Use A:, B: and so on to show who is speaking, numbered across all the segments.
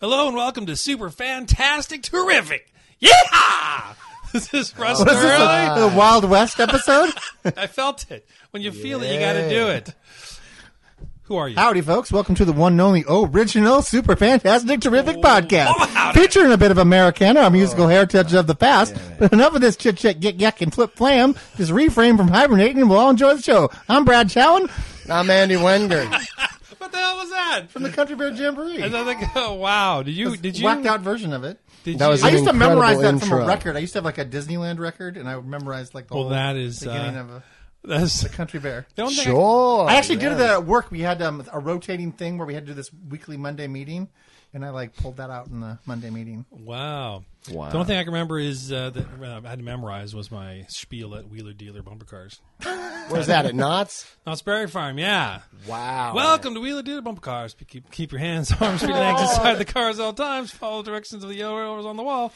A: Hello and welcome to Super Fantastic Terrific. Yeah! This is Russ
B: What is this,
A: Sterling.
B: the Wild West episode?
A: I felt it. When you feel it, you got to do it. Who are you?
B: Howdy, folks. Welcome to the one and only original super fantastic terrific podcast
A: oh, howdy.
B: featuring a bit of Americana, our
A: Oh,
B: musical heritage of the past. But enough of this chit chat, get yak, and flip flam. Just reframe from hibernating and we'll all enjoy the show. I'm Brad Chowan
C: I'm Andy Wenger.
A: What the hell was that?
B: from the Country Bear Jamboree.
A: And I think, oh, wow. Did you? Did you?
B: Whacked out version of it.
A: Did
C: That
A: you,
C: was
B: I
C: an
B: used to
C: incredible
B: memorize that from
C: intro.
B: a record. I used to have like a Disneyland record, and I memorized like the
A: Well,
B: whole
A: that is,
B: beginning
A: uh,
B: of a
A: that's
B: Country Bear.
A: the only thing I-
C: Sure.
B: I actually did that at work. We had um, a rotating thing where we had to do this weekly Monday meeting, and I like pulled that out in the Monday meeting.
A: Wow.
C: Wow.
A: The only thing I can remember is uh, that uh, I had to memorize was my spiel at Wheeler Dealer Bumper Cars.
C: Where's that at Knott's?
A: Knott's Berry Farm, yeah.
C: Wow.
A: Welcome to Wheeler Dealer Bumper Cars. Keep, keep your hands, arms, feet, and legs inside the cars at all times. Follow directions of the yellow railroads on the wall.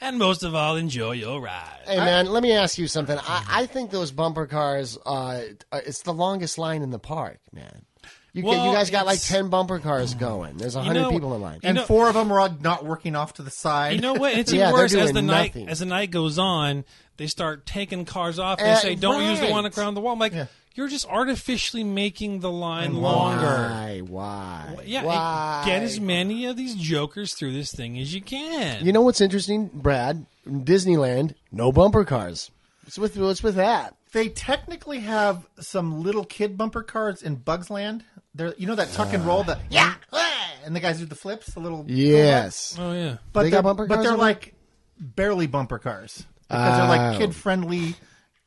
A: And most of all, enjoy your ride.
C: Hey man, let me ask you something. I, I think those bumper cars, uh, it's the longest line in the park, man. You, ca-
A: Well,
C: you guys got like
A: it's-
C: ten bumper cars going. There's hundred
A: know-
C: people in line.
A: You
B: and
A: know-
B: four of them were all not working off to the side.
A: You know what? It's
C: Yeah,
A: even
C: they're
A: worse as
C: doing
A: the night
C: nothing.
A: as the night goes on. They start taking cars off. They
C: Uh,
A: say, "Don't use the
C: right.
A: one around the wall." I'm like, you're just artificially making the line longer.
C: Why? Why?
A: Yeah, it-
C: Why?
A: get as many of these jokers through this thing as you can.
C: You know what's interesting, Brad? Disneyland, no bumper cars. What's with what's with that?
B: They technically have some little kid bumper cars in Bugs Land. They're, you know that tuck and roll, the yeah, ah, and the guys do the flips, the little
C: Uh, Yes.
A: oh yeah.
B: But
C: They
B: they're,
C: got bumper
B: but
C: cars
B: they're
C: on
B: like barely bumper cars because they're like
C: Oh.
B: kid friendly.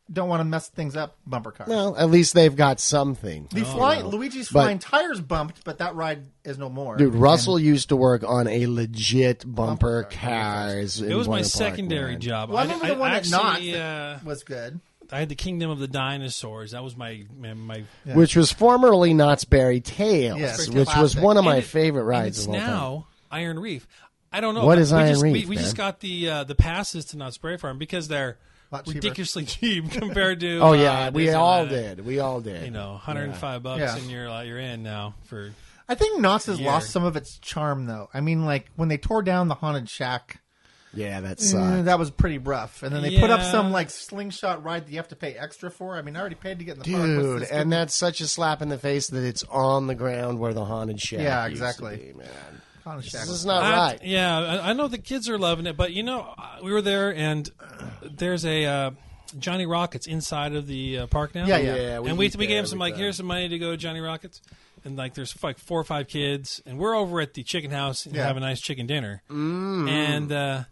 B: Don't want to mess things up. Bumper cars.
C: Well, at least they've got something.
B: The fly, Luigi's
C: Oh, But-
B: flying tires bumped, but that ride is no more.
C: Dude, Russell used to work on a legit bumper cars.
A: It was my secondary job.
B: Well, I remember the one at Knott's
A: actually, uh,
B: that was good.
A: I had the Kingdom of the Dinosaurs. That was my my. my
C: which was formerly Knott's Berry Tales,
B: Yes,
C: which was
B: classic.
C: one of my
A: and it-
C: favorite
A: and
C: rides
A: It's
C: of all time.
A: now Iron Reef. I don't know.
C: What
A: but
C: is
A: we
C: Iron
A: just, We,
C: Reef,
A: we just
C: man?
A: got the uh, the passes to Knott's Berry Farm because they're
B: Lot cheaper.
A: ridiculously cheap compared to.
C: Oh
A: uh,
C: yeah, we
A: Disneyland.
C: all did. We all did.
A: You know, 105 bucks,
B: Yeah.
A: and you're like, you're in now for.
B: I think Knott's has
A: Yeah.
B: lost some of its charm, though. I mean, like when they tore down the haunted shack,
C: yeah, that
B: eh,
C: sucked.
B: that was pretty rough. And then they put up
A: Yeah.
B: some like slingshot ride that you have to pay extra for. I mean, I already paid to get in the park.
C: Dude,
B: What's this
C: and
B: good-
C: that's such a slap in the face that it's on the ground where the haunted shack.
B: Yeah,
C: used to
B: exactly.
C: be, man.
B: haunted shack.
C: This is not
A: I-
C: right.
A: Yeah, I, I know the kids are loving it, but you know, I- we were there, and there's a uh, Johnny Rockets inside of the uh, park now.
B: Yeah, yeah.
C: Yeah, we
A: and we,
C: eat
A: we
C: there
A: gave him some
C: every
A: like,
C: time.
A: here's some money to go to Johnny Rockets, and like there's like four or five kids, and we're over at the chicken house and
B: Yeah.
A: have a nice chicken dinner,
C: Mm.
A: and uh,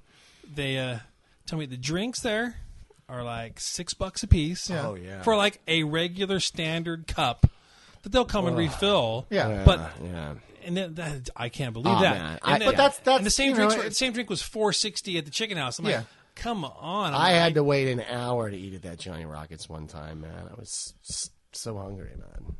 A: they uh, tell me the drinks there are like six bucks a piece.
B: Oh,
C: yeah.
A: for like a regular standard cup. That they'll come and refill,
B: Yeah.
A: But
C: yeah.
A: and then that, I can't believe
C: Aw,
A: that. And
C: man. I-
A: then-
C: But
B: that's- that's,
A: and the same
B: you know,
A: drinks. were,
B: it-
A: the same drink was four sixty at the chicken house. I'm like,
B: Yeah.
A: come on.
C: I had to wait an hour to eat at that Johnny Rockets one time, man. I was s- so hungry, man.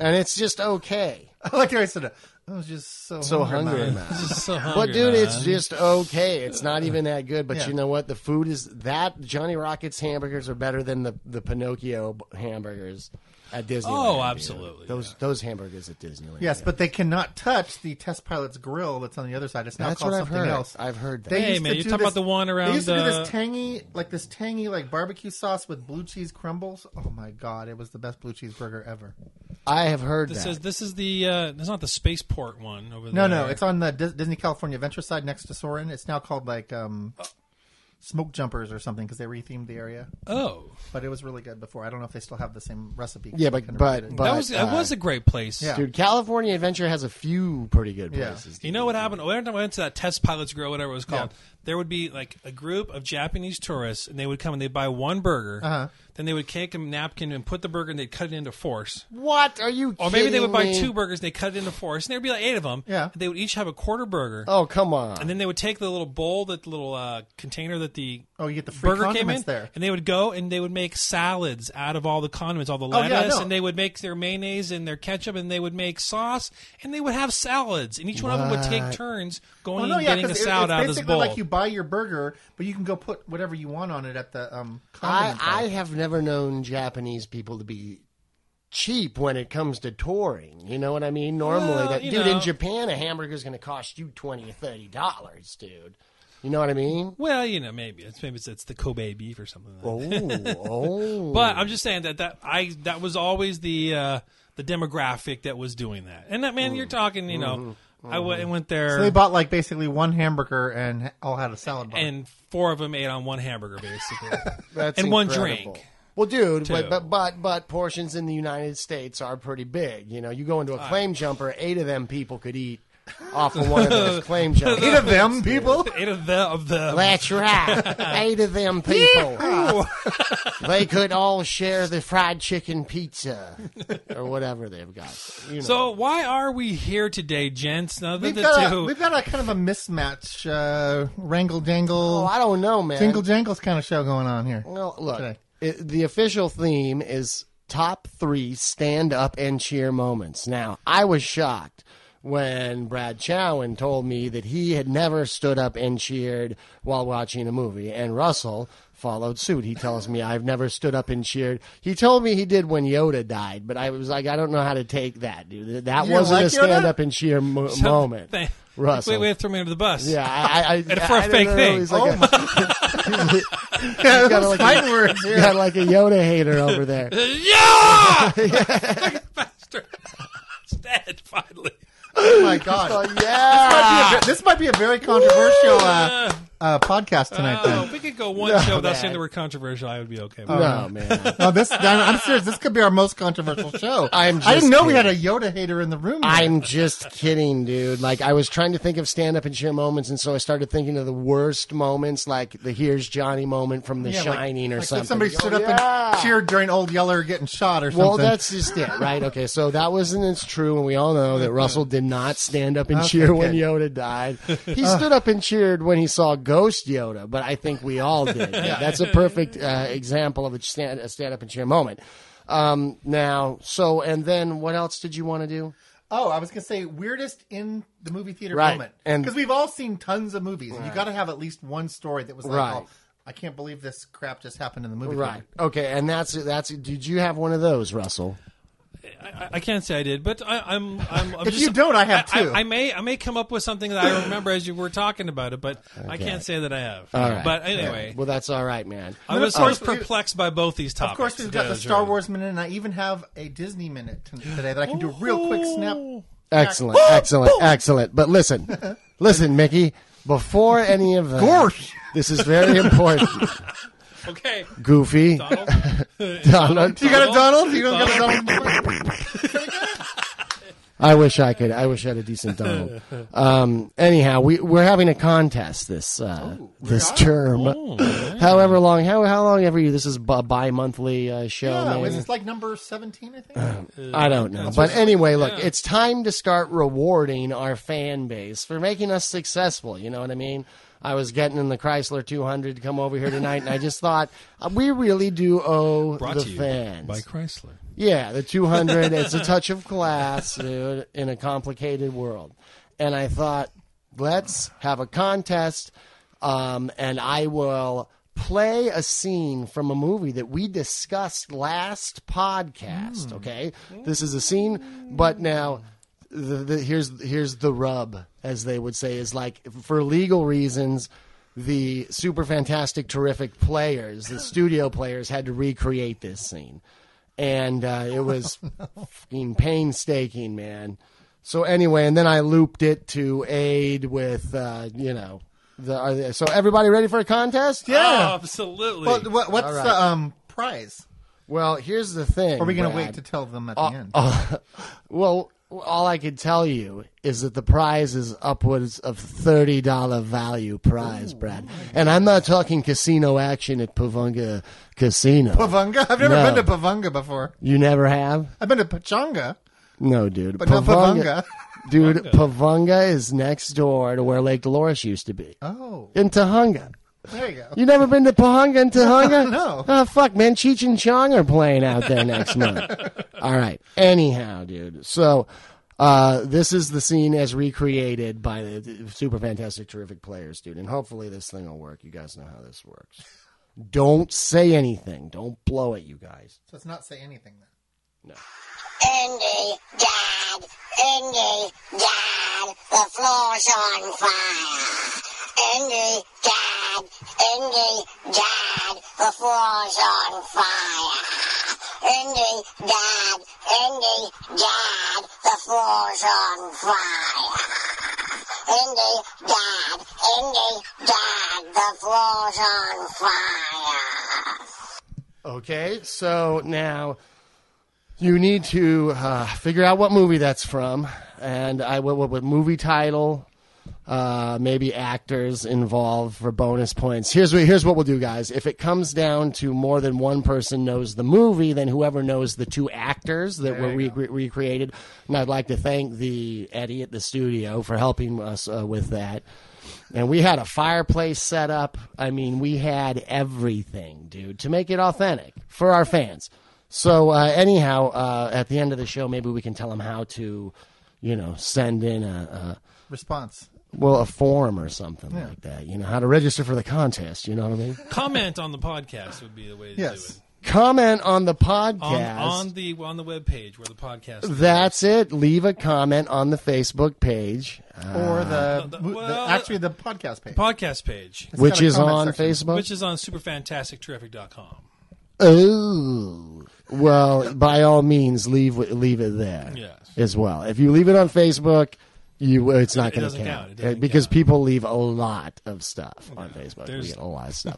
C: And it's just okay.
B: I like the way I said it. I was just so
C: So hungry,
B: man.
C: man.
A: So hungry,
C: But dude, it's
A: man.
C: just okay. It's not even that good. But
B: Yeah.
C: you know what? The food is that Johnny Rockets hamburgers are better than the, the Pinocchio b- hamburgers at Disneyland.
A: Oh,
C: dude.
A: absolutely,
C: Those those hamburgers at Disneyland.
B: Yes, but they cannot touch the test pilot's grill that's on the other side. It's now
C: That's
B: called
C: what I've
B: something
C: heard.
B: else.
C: I've heard that.
B: They
A: Hey,
B: used
A: man,
B: to
A: you're
B: do
A: talking about
B: this-
A: the one around,
B: They used to do
A: uh,
B: this tangy, like this tangy, like barbecue sauce with blue cheese crumbles. Oh my god, it was the best blue cheeseburger ever.
C: I have heard
A: This
C: that.
A: is this is the uh, it's not the spaceport one over
B: No,
A: there.
B: no, it's on the Dis- Disney California Adventure side next to Soren. It's now called like um, Smoke Jumpers or something because they rethemed the area.
A: oh,
B: But it was really good before. I don't know if they still have the same recipe.
C: yeah, but
B: Kinda
C: but
B: related.
C: but
A: that was that
C: uh,
A: was a great place.
B: Yeah.
C: dude. California Adventure has a few pretty good
B: Yeah.
C: places.
A: You know what happened? Every time I went to that test pilots grill, whatever it was called, there would be like a group of Japanese tourists, and they would come and they'd buy one burger.
B: Uh-huh.
A: Then they would take a napkin and put the burger, and they'd cut it into force.
C: What are you?
A: Or maybe they would buy
C: kidding me?
A: two burgers, and they cut it into four, and there'd be like eight of them.
B: Yeah.
A: they would each have a quarter burger.
C: Oh come on!
A: And then they would take the little bowl, that little uh, container that the
B: Oh, you get the free
A: burger came in,
B: condiments there.
A: and they would go and they would make salads out of all the condiments, all the
B: Oh, yeah,
A: lettuce,
B: no.
A: and they would make their mayonnaise and their ketchup, and they would make sauce, and they would have salads, and each one of them would take turns going
B: Oh no,
A: and
B: yeah,
A: getting a
B: because
A: salad
B: it's
A: out of this
B: basically
A: bowl.
B: like you buy your burger, but you can go put whatever you want on it at the um.
C: I
B: condiment bar.
C: I have never known Japanese people to be cheap when it comes to touring. You know what I mean? Normally,
A: Well,
C: that
A: you
C: dude
A: know.
C: in Japan, a hamburger's going to cost you twenty or thirty dollars, dude. You know what I mean?
A: Well, you know, maybe it's maybe it's, it's the Kobe beef or something. Like that.
C: Oh, oh.
A: But I'm just saying that that I that was always the uh, the demographic that was doing that. And that man, you're talking, you know, I went, went there.
B: Mm. Mm-hmm. So they bought like basically one hamburger and ha- all had a salad bar.
A: and four of them ate on one hamburger, basically.
C: That's
A: and one
C: incredible.
A: drink.
C: Well, dude,
A: Two.
C: but, but but but portions in the United States are pretty big. You know, you go into a claim jumper, eight of them people could eat off of one of those claim jumpers.
B: Eight of them people.
A: Eight of the of the.
C: That's right, eight of them people. they could all share the fried chicken pizza or whatever they've got. You know.
A: so why are we here today, gents? Now that
B: We've
A: the
B: got, a,
A: two,
B: we've got a kind of a mismatch, uh, wrangle jangle,
C: Oh, I don't know, man.
B: jingle jangles kind of show going on here.
C: Well, look,
B: Today.
C: it, the official theme is top three stand up and cheer moments. Now, I was shocked when Brad Chowan told me that he had never stood up and cheered while watching a movie, and Russell followed suit. He tells me I've never stood up and cheered. He told me he did when Yoda died, but I was like, I don't know how to take that, dude. That
B: You
C: wasn't
B: like
C: a
B: Yoda?
C: stand up and cheer mo- moment.
A: Thank-
C: Russell.
A: Wait, wait, throw me under the bus.
C: Yeah, I, I, I
A: And for a
C: I don't
A: fake
C: know,
A: thing. Oh
C: he's like a-
B: Yeah,
C: got
B: those
C: like
B: fight
C: a-
B: words
C: You
B: here.
C: got like a Yoda hater over there.
A: Uh, Yeah! Faster. it's dead finally.
B: Oh my god.
C: Oh, yeah.
B: this might be a very controversial uh, uh, podcast tonight.
A: Oh,
B: Then.
A: we could go one show without saying the word controversial. I would be okay. with
C: No,
B: Oh,
C: man.
B: No, this I'm, I'm serious. This could be our most controversial show.
C: I'm
B: I didn't
C: just
B: know we had
C: kidding.
B: a Yoda hater in the room.
C: I'm just kidding, dude. Like, I was trying to think of stand up and cheer moments, and so I started thinking of the worst moments, like the Here's Johnny moment from The
B: Yeah, like-
C: Shining or
B: like
C: something.
B: If somebody stood
C: Oh,
B: up
C: yeah.
B: and cheered during Old Yeller getting shot or something.
C: Well, that's just it, right? Okay, so that wasn't as true, and we all know that Russell did not stand up and
B: Okay,
C: cheer when
B: good.
C: Yoda died. He stood up and cheered when he saw Ghost Yoda, but I think we all did. Yeah, that's a perfect uh, example of a stand, a stand up and cheer moment. Um, now, so, and then what else did you want to do?
B: Oh, I was gonna say weirdest in the movie theater
C: Right,
B: moment,
C: and-
B: because we've all seen tons of movies, and you got to have at least one story that was like,
C: Right.
B: oh, "I can't believe this crap just happened in the movie."
C: Right.
B: theater.
C: Okay, and that's that's. Did you have one of those, Russell?
A: I, I- I can't say I did, but I, I'm. I'm, I'm
B: If
A: just,
B: you don't, I have two.
A: I, may. I may come up with something that I remember as you were talking about it, but I can't say that I have.
C: right.
A: But anyway, Uh,
C: Well, that's all right, man.
A: I was,
B: of
A: I was
B: course we-
A: perplexed by both these topics.
B: Of course, we've got the Star Wars minute, and I even have a Disney minute t- today that I can do a real quick
A: Oh,
B: snap.
C: Excellent, excellent, excellent. But listen, listen, Mickey. Before any of that,
B: course.
C: this is very important.
A: Okay.
C: Goofy,
A: Donald.
C: Donald.
B: You got a Donald? You don't got a Donald?
C: I wish I could. I wish I had a decent Donald. Um, anyhow, we we're having a contest this uh, this term. However long, how how long every this is a bi monthly uh, show.
B: Yeah,
C: maybe?
B: was this like number seventeen? I think.
C: I don't know. But anyway, look, it's time to start rewarding our fan base for making us successful. You know what I mean? I was getting in the Chrysler 200 to come over here tonight, and I just thought uh, we really do owe
A: Brought
C: the
A: to you
C: fans.
A: by Chrysler.
C: Yeah, the 200. it's a touch of class, dude, in a complicated world. And I thought, let's have a contest, um, and I will play a scene from a movie that we discussed last podcast. Okay, this is a scene, but now. The, the, here's here's the rub, as they would say, is like for legal reasons, the super fantastic, terrific players, the studio players, had to recreate this scene and uh, it was fucking painstaking, man. So anyway, and then I looped it to aid with, uh, you know, the are they, so everybody ready for a contest? Uh,
A: Yeah. absolutely.
B: What, what, what's
C: All right.
B: the um, prize?
C: Well, here's the thing.
B: Are we going to
C: Brad.
B: wait to tell them at
C: Uh,
B: the end?
C: Well, all I could tell you is that the prize is upwards of thirty dollar value prize, Brad. And I'm not talking casino action at Pavunga Casino.
B: Pavunga? I've never
C: No.
B: been to Pavunga before.
C: you never have?
B: I've been to Pachanga,
C: No, dude.
B: but not Pavunga.
C: Dude, Pavunga is next door to where Lake Dolores used to be.
B: Oh,
C: In Tahunga.
B: there you go.
C: You never been to Pahunga and Tahunga?
B: No.
C: Oh, fuck, man. Cheech and Chong are playing out there next month. All right. Anyhow, dude. So, uh, this is the scene as recreated by the, the super fantastic, terrific players, dude. And hopefully this thing will work. You guys know how this works. Don't say anything. Don't blow it, you guys.
B: So let's not say anything then.
D: Indy, Dad, Indy, Dad, the floor's on fire. Indy, Dad, Indy, Dad, the floor's on fire. Indy, Dad, Indy, Dad, the floor's on fire. Indy, Dad, Indy, Dad, the floor's on fire.
C: Okay, so now you need to uh, figure out what movie that's from, and I what, what, what movie title, uh, maybe actors involved for bonus points. Here's what here's what we'll do, guys. If it comes down to more than one person knows the movie, then whoever knows the two actors that were re- re- recreated. And I'd like to thank the Eddie at the studio for helping us uh, with that. And we had a fireplace set up. I mean, we had everything, dude, to make it authentic for our fans. So, uh, anyhow, uh, at the end of the show, maybe we can tell them how to, you know, send in a,
B: Response.
C: a well, a form or something like that. You know, how to register for the contest. You know what I mean?
A: Comment on the podcast would be the way to do
B: Yes.
A: it.
C: Comment on the podcast.
A: On, on the on the web page where the podcast. is.
C: That's it. Leave a comment on the Facebook page, uh,
B: or the,
A: the-
B: mo- the-
A: well,
B: actually the podcast page.
A: podcast page,
B: It's
C: which
B: got a
C: is
B: comment
C: on
B: section.
C: Facebook.
A: which is on superfantasticterrific.com.
C: Oh. Well, by all means, leave leave it there.
A: Yes.
C: As well, if you leave it on Facebook, you it's not
A: It
C: going to
A: doesn't
C: count,
A: count. It doesn't
C: Uh, because
A: count.
C: people leave a lot of stuff on Facebook.
A: there's-
C: We get a lot of stuff.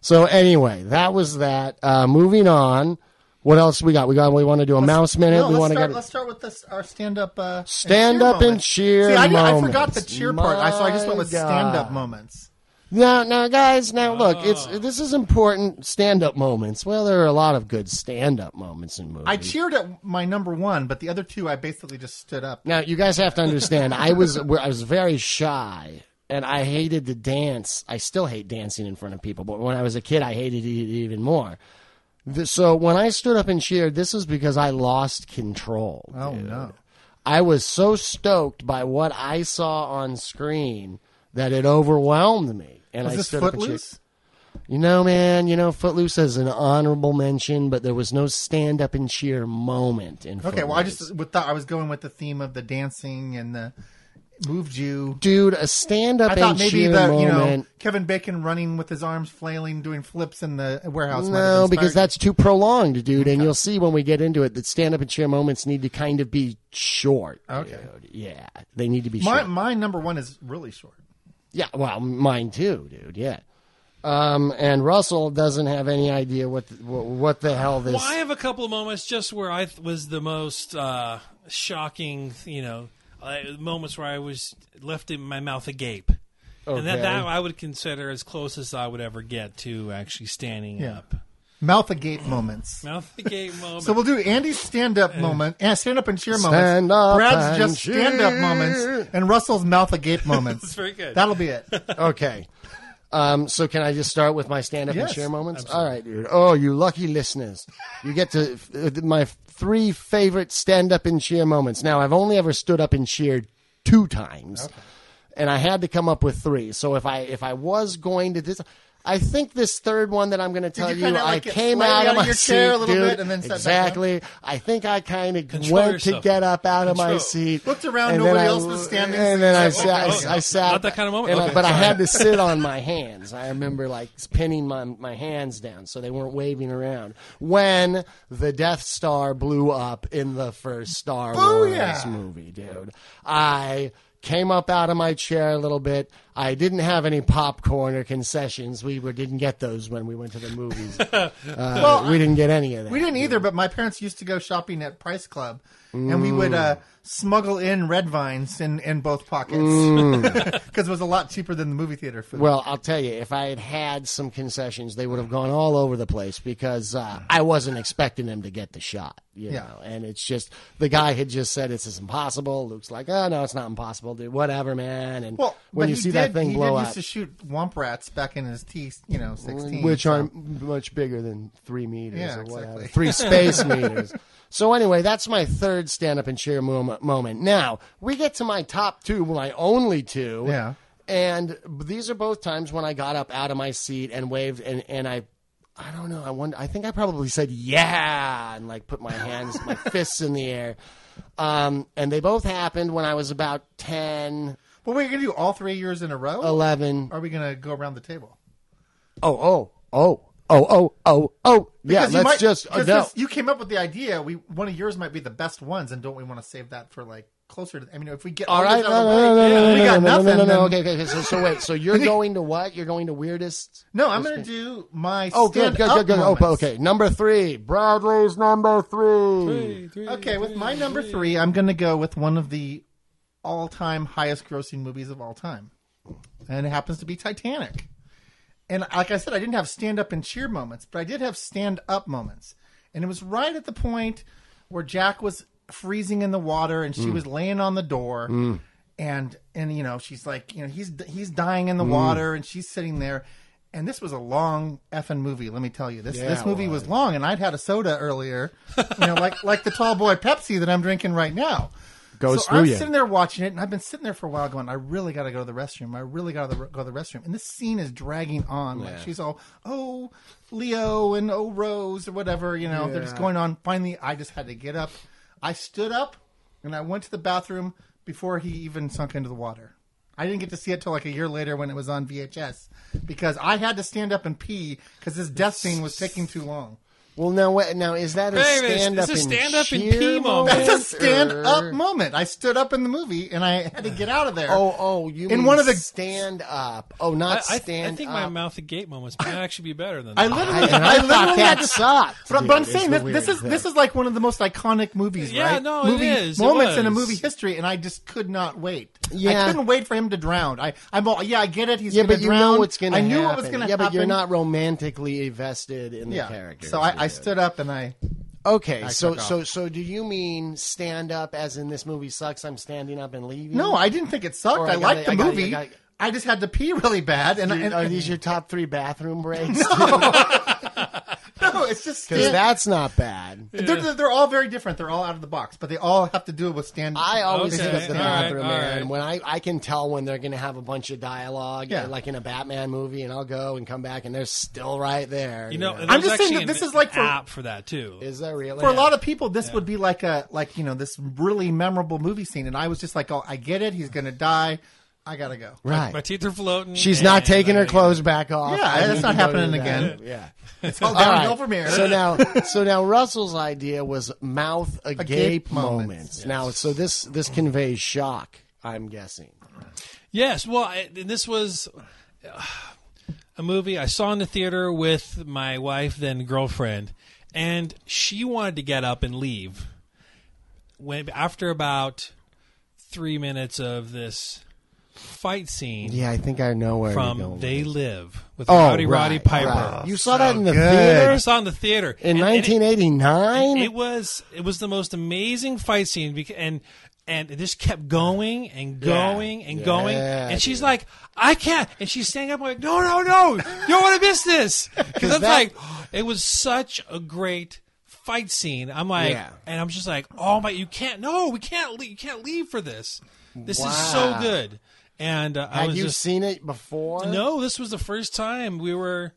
C: so anyway, that was that. Uh, moving on. What else we got? We got. We want to do a mouse minute.
B: No,
C: we
B: let's
C: want to
B: start,
C: get.
B: let's start with this, our stand up. Uh, and
C: Stand
B: cheer
C: up and
B: moments.
C: cheer
B: See, I, di- I forgot
C: moments.
B: the cheer part. I so I just went with
C: My
B: stand up
C: God.
B: moments.
C: Now, now, guys, now look, it's
A: Ah.
C: this is important stand-up moments. Well, there are a lot of good stand-up moments in movies.
B: I cheered at my number one, but the other two I basically just stood up.
C: Now you guys have to understand. I was I was very shy, and I hated to dance. I still hate dancing in front of people, but when I was a kid, I hated it e-, even more. Th- So when I stood up and cheered, this was because I lost control.
B: Oh
C: dude.
B: no!
C: I was so stoked by what I saw on screen that it overwhelmed me, and
B: Was
C: I
B: this
C: stood up and cheered.
B: Footloose?
C: You know, man, you know, Footloose is an honorable mention, but there was no stand up and cheer moment in
B: Okay, well I
C: Footloose.
B: just with thought I was going with the theme of the dancing and the moved you.
C: Dude, a stand up
B: I thought
C: and
B: maybe
C: cheer
B: the you know
C: moment.
B: Kevin Bacon running with his arms flailing, doing flips in the warehouse. might have
C: no, because
B: inspired you.
C: that's too prolonged, dude. And you'll see when we get into it that stand up and cheer moments need to kind of be short.
B: Okay.
C: dude. Yeah. They need to be
B: my
C: short.
B: my number one is really short.
C: Yeah, well, mine too, dude. Yeah. Um, and Russell doesn't have any idea what the, what, what the hell this.
A: Well, I have a couple of moments just where I th- was the most uh, shocking, you know, uh, moments where I was left in my mouth agape. And that,
C: Okay.
A: that I would consider as close as I would ever get to actually standing
B: Yeah.
A: up.
B: Mouth agape moments.
A: Mouth agape moment.
B: So we'll do Andy's stand up moment, and stand up and cheer
C: Stand
B: moments.
C: up
B: Brad's
C: and
B: just stand up
C: cheer.
B: moments, and Russell's mouth agape moments.
A: That's very good.
B: That'll be it.
C: Okay. Um, so can I just start with my stand-up
B: Yes,
C: and share moments? All right, dude. Oh, you lucky listeners! You get to uh, my three favorite stand-up and cheer moments. Now, I've only ever stood up and cheered two times, and I had to come up with three. So if I if I was going to this, I think this third one that I'm going to tell
B: you
C: you,
B: kinda,
C: I
B: like, get
C: came
B: slightly
C: out
B: out
C: of
B: of
C: my
B: your chair a
C: seat,
B: little
C: dude.
B: bit and then sat back up?
C: exactly. I think I kind of
A: Control
C: went
A: yourself.
C: to get up out of my
A: Control.
C: seat,
B: Looked around,
C: and then
B: nobody
C: I-
B: else was standing, so
C: and
B: you
C: then I
B: said, "Oh,
C: sat.
B: okay.
C: I sat.
A: Not that kind of moment?
C: and I-
A: Okay.
C: but I had to sit on my hands. I remember like pinning my my hands down so they weren't waving around when the Death Star blew up in the first Star
B: Booyah!
C: Wars movie, dude. I came up out of my chair a little bit. I didn't have any popcorn or concessions. We were, didn't get those when we went to the movies. Uh, we didn't get any of that.
B: We didn't either, but my parents used to go shopping at Price Club, and we
C: Mm.
B: would uh, smuggle in red vines in, in both pockets because it was a lot cheaper than the movie theater food.
C: Mm. Well, I'll tell you, if I had had some concessions, they would have gone all over the place because uh, I wasn't expecting them to get the shot. You
B: Yeah.
C: know, and it's just the guy had just said this is impossible. Luke's like, oh no, it's not impossible, dude. Whatever, man. And
B: Well,
C: when
B: but
C: you
B: he
C: see that
B: did-
C: thing
B: he
C: blow
B: did used
C: up,
B: to shoot womp rats back in his T, you know, sixteen,
C: which
B: so-
C: are much bigger than three meters
B: Yeah,
C: or whatever,
B: exactly.
C: three space meters. So anyway, that's my third stand up and cheer moment. moment. Now we get to my top two, my only two.
B: Yeah.
C: And these are both times when I got up out of my seat and waved, and, and I I don't know. I wonder. I think I probably said yeah and like put my hands, my fists in the air. Um, and they both happened when I was about 10,
B: But we're gonna do all three years in a row.
C: Oh. 11.
B: Are we gonna go around the table?
C: Oh, oh, oh, oh, oh, oh, oh. Yeah,
B: Because you
C: let's
B: might-
C: just uh,
B: because
C: no.
B: this- You came up with the idea. We one of yours might be the best ones, and don't we want to save that for like closer to? I mean, if we get
C: All right,
B: those
C: no,
B: out of the
C: no, no,
B: way,
C: no, no,
B: we
C: no,
B: got
C: no, no,
B: nothing.
C: no, no, no.
B: then-
C: Okay, okay, okay. So, so wait. So you're going to what? You're going to weirdest?
B: No, I'm gonna do my.
C: Oh, good, good, good,
B: stand-up
C: good. Oh,
B: moments.
C: okay. Number three, Bradley's number three.
B: Okay, with my number three, I'm going to go with one of the all-time highest-grossing movies of all time, and it happens to be Titanic. And like I said, I didn't have stand-up and cheer moments, but I did have stand-up moments, and it was right at the point where Jack was freezing in the water, and she was laying on the door, and and you know she's like, you know, he's he's dying in the water, and she's sitting there. And this was a long effing movie. Let me tell you, this this
C: it
B: movie was long, and I'd had a soda earlier, you know, like like the tall boy Pepsi that I'm drinking right now.
C: Goes
B: so
C: through
B: I'm
C: you.
B: sitting there watching it, and I've been sitting there for a while, going, "I really got to go to the restroom. I really got to go to the restroom." And this scene is dragging on. Like she's all, "Oh, Leo and oh Rose or whatever," you know. They're just going on. Finally, I just had to get up. I stood up, and I went to the bathroom before he even sunk into the water. I didn't get to see it till like a year later when it was on VHS because I had to stand up and pee because this death scene was taking too long.
C: Well, now what? Now is that a
A: Baby, it's-
C: stand up?
A: it's a
C: and
A: stand-up and
C: cheer
A: pee moment.
B: That's a
C: or-
B: stand up moment. I stood up in the movie and I had to get out of there.
C: Oh, oh, you
B: In
C: mean
B: one of the-
C: stand up? Oh, not
A: I, I, I
C: stand
A: think
C: up.
A: my mouth agape moments might actually be better than
B: I
A: that.
B: literally,
C: and
B: I,
C: I thought
B: literally had
C: that
B: to.
C: sucked.
B: But,
C: dude,
B: but I'm saying
C: the
B: this, this
C: weird
B: is this
C: thing.
B: is like one of the most iconic movies,
A: Yeah,
B: right?
A: no, it
B: movie
A: is. It
B: moments in a
A: was.
B: movie history, and I just could not wait.
C: Yeah.
B: I couldn't wait for him to drown. I, I'm all, yeah, I get it. He's
C: Yeah,
B: gonna
C: but you
B: drown.
C: know what's going to
B: I
C: happen.
B: knew what was going to
C: yeah,
B: happen.
C: but you're not romantically invested in the
B: Yeah.
C: character.
B: So I, I stood up and I.
C: Okay, so
B: took off.
C: so so do you mean stand up as in this movie sucks? I'm standing up and leaving.
B: No, I didn't think it sucked.
C: Mm-hmm. Or I
B: I,
C: gotta-
B: liked the
C: I gotta- I
B: movie.
C: gotta-
B: I just had to pee really bad, and, I- and,
C: Are these your top three bathroom breaks?
B: no, it's just
C: Because that's not bad.
B: They're, they're, they're all very different. They're all out of the box, but they all have to do with stand.
C: I always
A: Okay,
C: hit up the
A: all right,
C: bathroom,
A: all
C: man.
A: right.
C: When I, I can tell when they're going to have a bunch of dialogue,
B: Yeah.
C: like in a Batman movie, and I'll go and come back, and they're still right there.
A: You know, and
B: I'm
A: there's
B: just saying
A: actually
B: that this
A: an
B: is like for-
A: app for that too.
C: is that really
B: for a
A: uh,
B: lot of people, this would be like a like you know this really memorable movie scene, and I was just like, oh, I get it. He's gonna die. I gotta go.
A: My
C: right?
A: teeth are floating.
C: She's
A: and
C: not
A: uh,
C: taking her
A: I-
C: clothes back off.
B: Yeah,
C: I
B: that's
C: need
B: not
C: to go to
B: happening
C: the
B: again.
C: bathroom. Yeah.
B: It's all
C: All right.
B: downhill from here.
C: So now, so now Russell's idea was mouth agape,
B: Agape
C: moments.
B: moments,
C: Now, so this this conveys shock. I'm guessing.
A: Yes, well, I, and this was uh, a movie I saw in the theater with my wife, then girlfriend, and she wanted to get up and leave. When after about three minutes of this fight scene
C: Yeah, I think I know where you're
A: from
C: going.
A: They Live with
C: oh,
A: Rowdy
C: right,
A: Roddy Piper,
C: right. You saw that in the theater
A: I saw it in the theater
C: in
A: And- and it-
C: 1989.
A: it was it was the most amazing fight scene because, and and it just kept going and going and going
C: Yeah,
A: and she's like i can't and she's standing up like no no no you don't want to miss this because i'm like
C: that-
A: it was such a great fight scene i'm like
C: Yeah.
A: and i'm just like oh my you can't no we can't leave you can't leave for this this is
C: Wow.
A: so good and uh, I
C: Had
A: was
C: you
A: just,
C: seen it before?
A: no this was the first time we were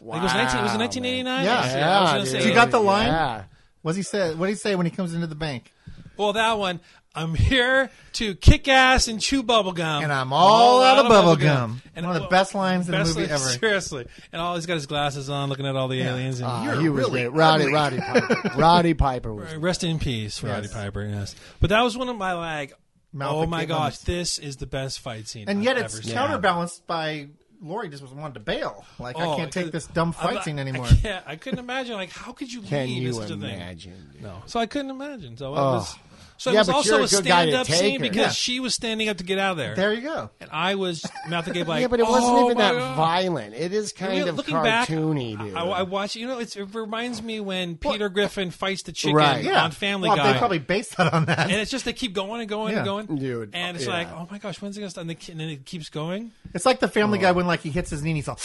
A: like, it was 19 it was
C: Wow, man.
A: 1989 I
B: Yeah.
A: was gonna say,
C: dude.
B: Do you got the line?
C: Yeah.
B: What's he say? What did he say when he comes into the bank?
A: Well, that one. I'm here to kick ass and chew bubble gum,
B: And I'm all out of bubble gum. One of the
A: well,
B: best lines in a
A: best
B: movie
A: lines,
B: ever.
A: Seriously, and all he's got his glasses on, looking at all the aliens. And
C: Ah,
B: You're
C: he was
B: really
C: great. Roddy,
B: ugly.
C: Roddy Piper. Roddy Piper was.
A: rest in peace, Roddy Piper. Yes, but that was one of my like.
B: Mouth
A: oh
B: of
A: my
B: Kid
A: gosh,
B: Lemons.
A: this is the best fight scene.
B: And yet
A: I've
B: it's
A: ever seen.
B: counterbalanced by Lori just was wanting to bail. Like
A: Oh,
B: I can't take
A: could-
B: this dumb
A: I'm
B: fight
A: not-
B: scene anymore.
A: I, can't, I couldn't imagine. Like, how could you
C: Can
A: leave
C: you
A: is such a
C: imagine?
A: thing? No, so I couldn't imagine. So it
B: Oh.
A: was. So
C: Yeah,
A: it was
C: but
A: also
C: you're a
A: a
C: good guy to
A: stand-up
C: take
A: scene
C: her.
A: because
C: Yeah.
A: she was standing up to get out of there.
B: There you go.
A: and I was mouth agape like,
C: yeah, but it wasn't
A: "Oh
C: even
A: my
C: that
A: God."
C: violent. It is kind
A: Really,
C: of
A: looking
C: cartoony,
A: back,
C: dude.
A: I, I watch. You know, it's, it reminds me when Peter Griffin fights the chicken
C: Right.
B: Yeah.
A: on Family
B: well,
A: Guy,
B: They probably based that on that.
A: and it's just they keep going and going
B: Yeah.
A: and going,
C: Dude,
A: And it's
C: yeah.
A: like, oh my gosh, when's it gonna stop? And, the, ki- and then it keeps going.
B: It's like the Family
A: Oh.
B: Guy when like he hits his knee, and he's all.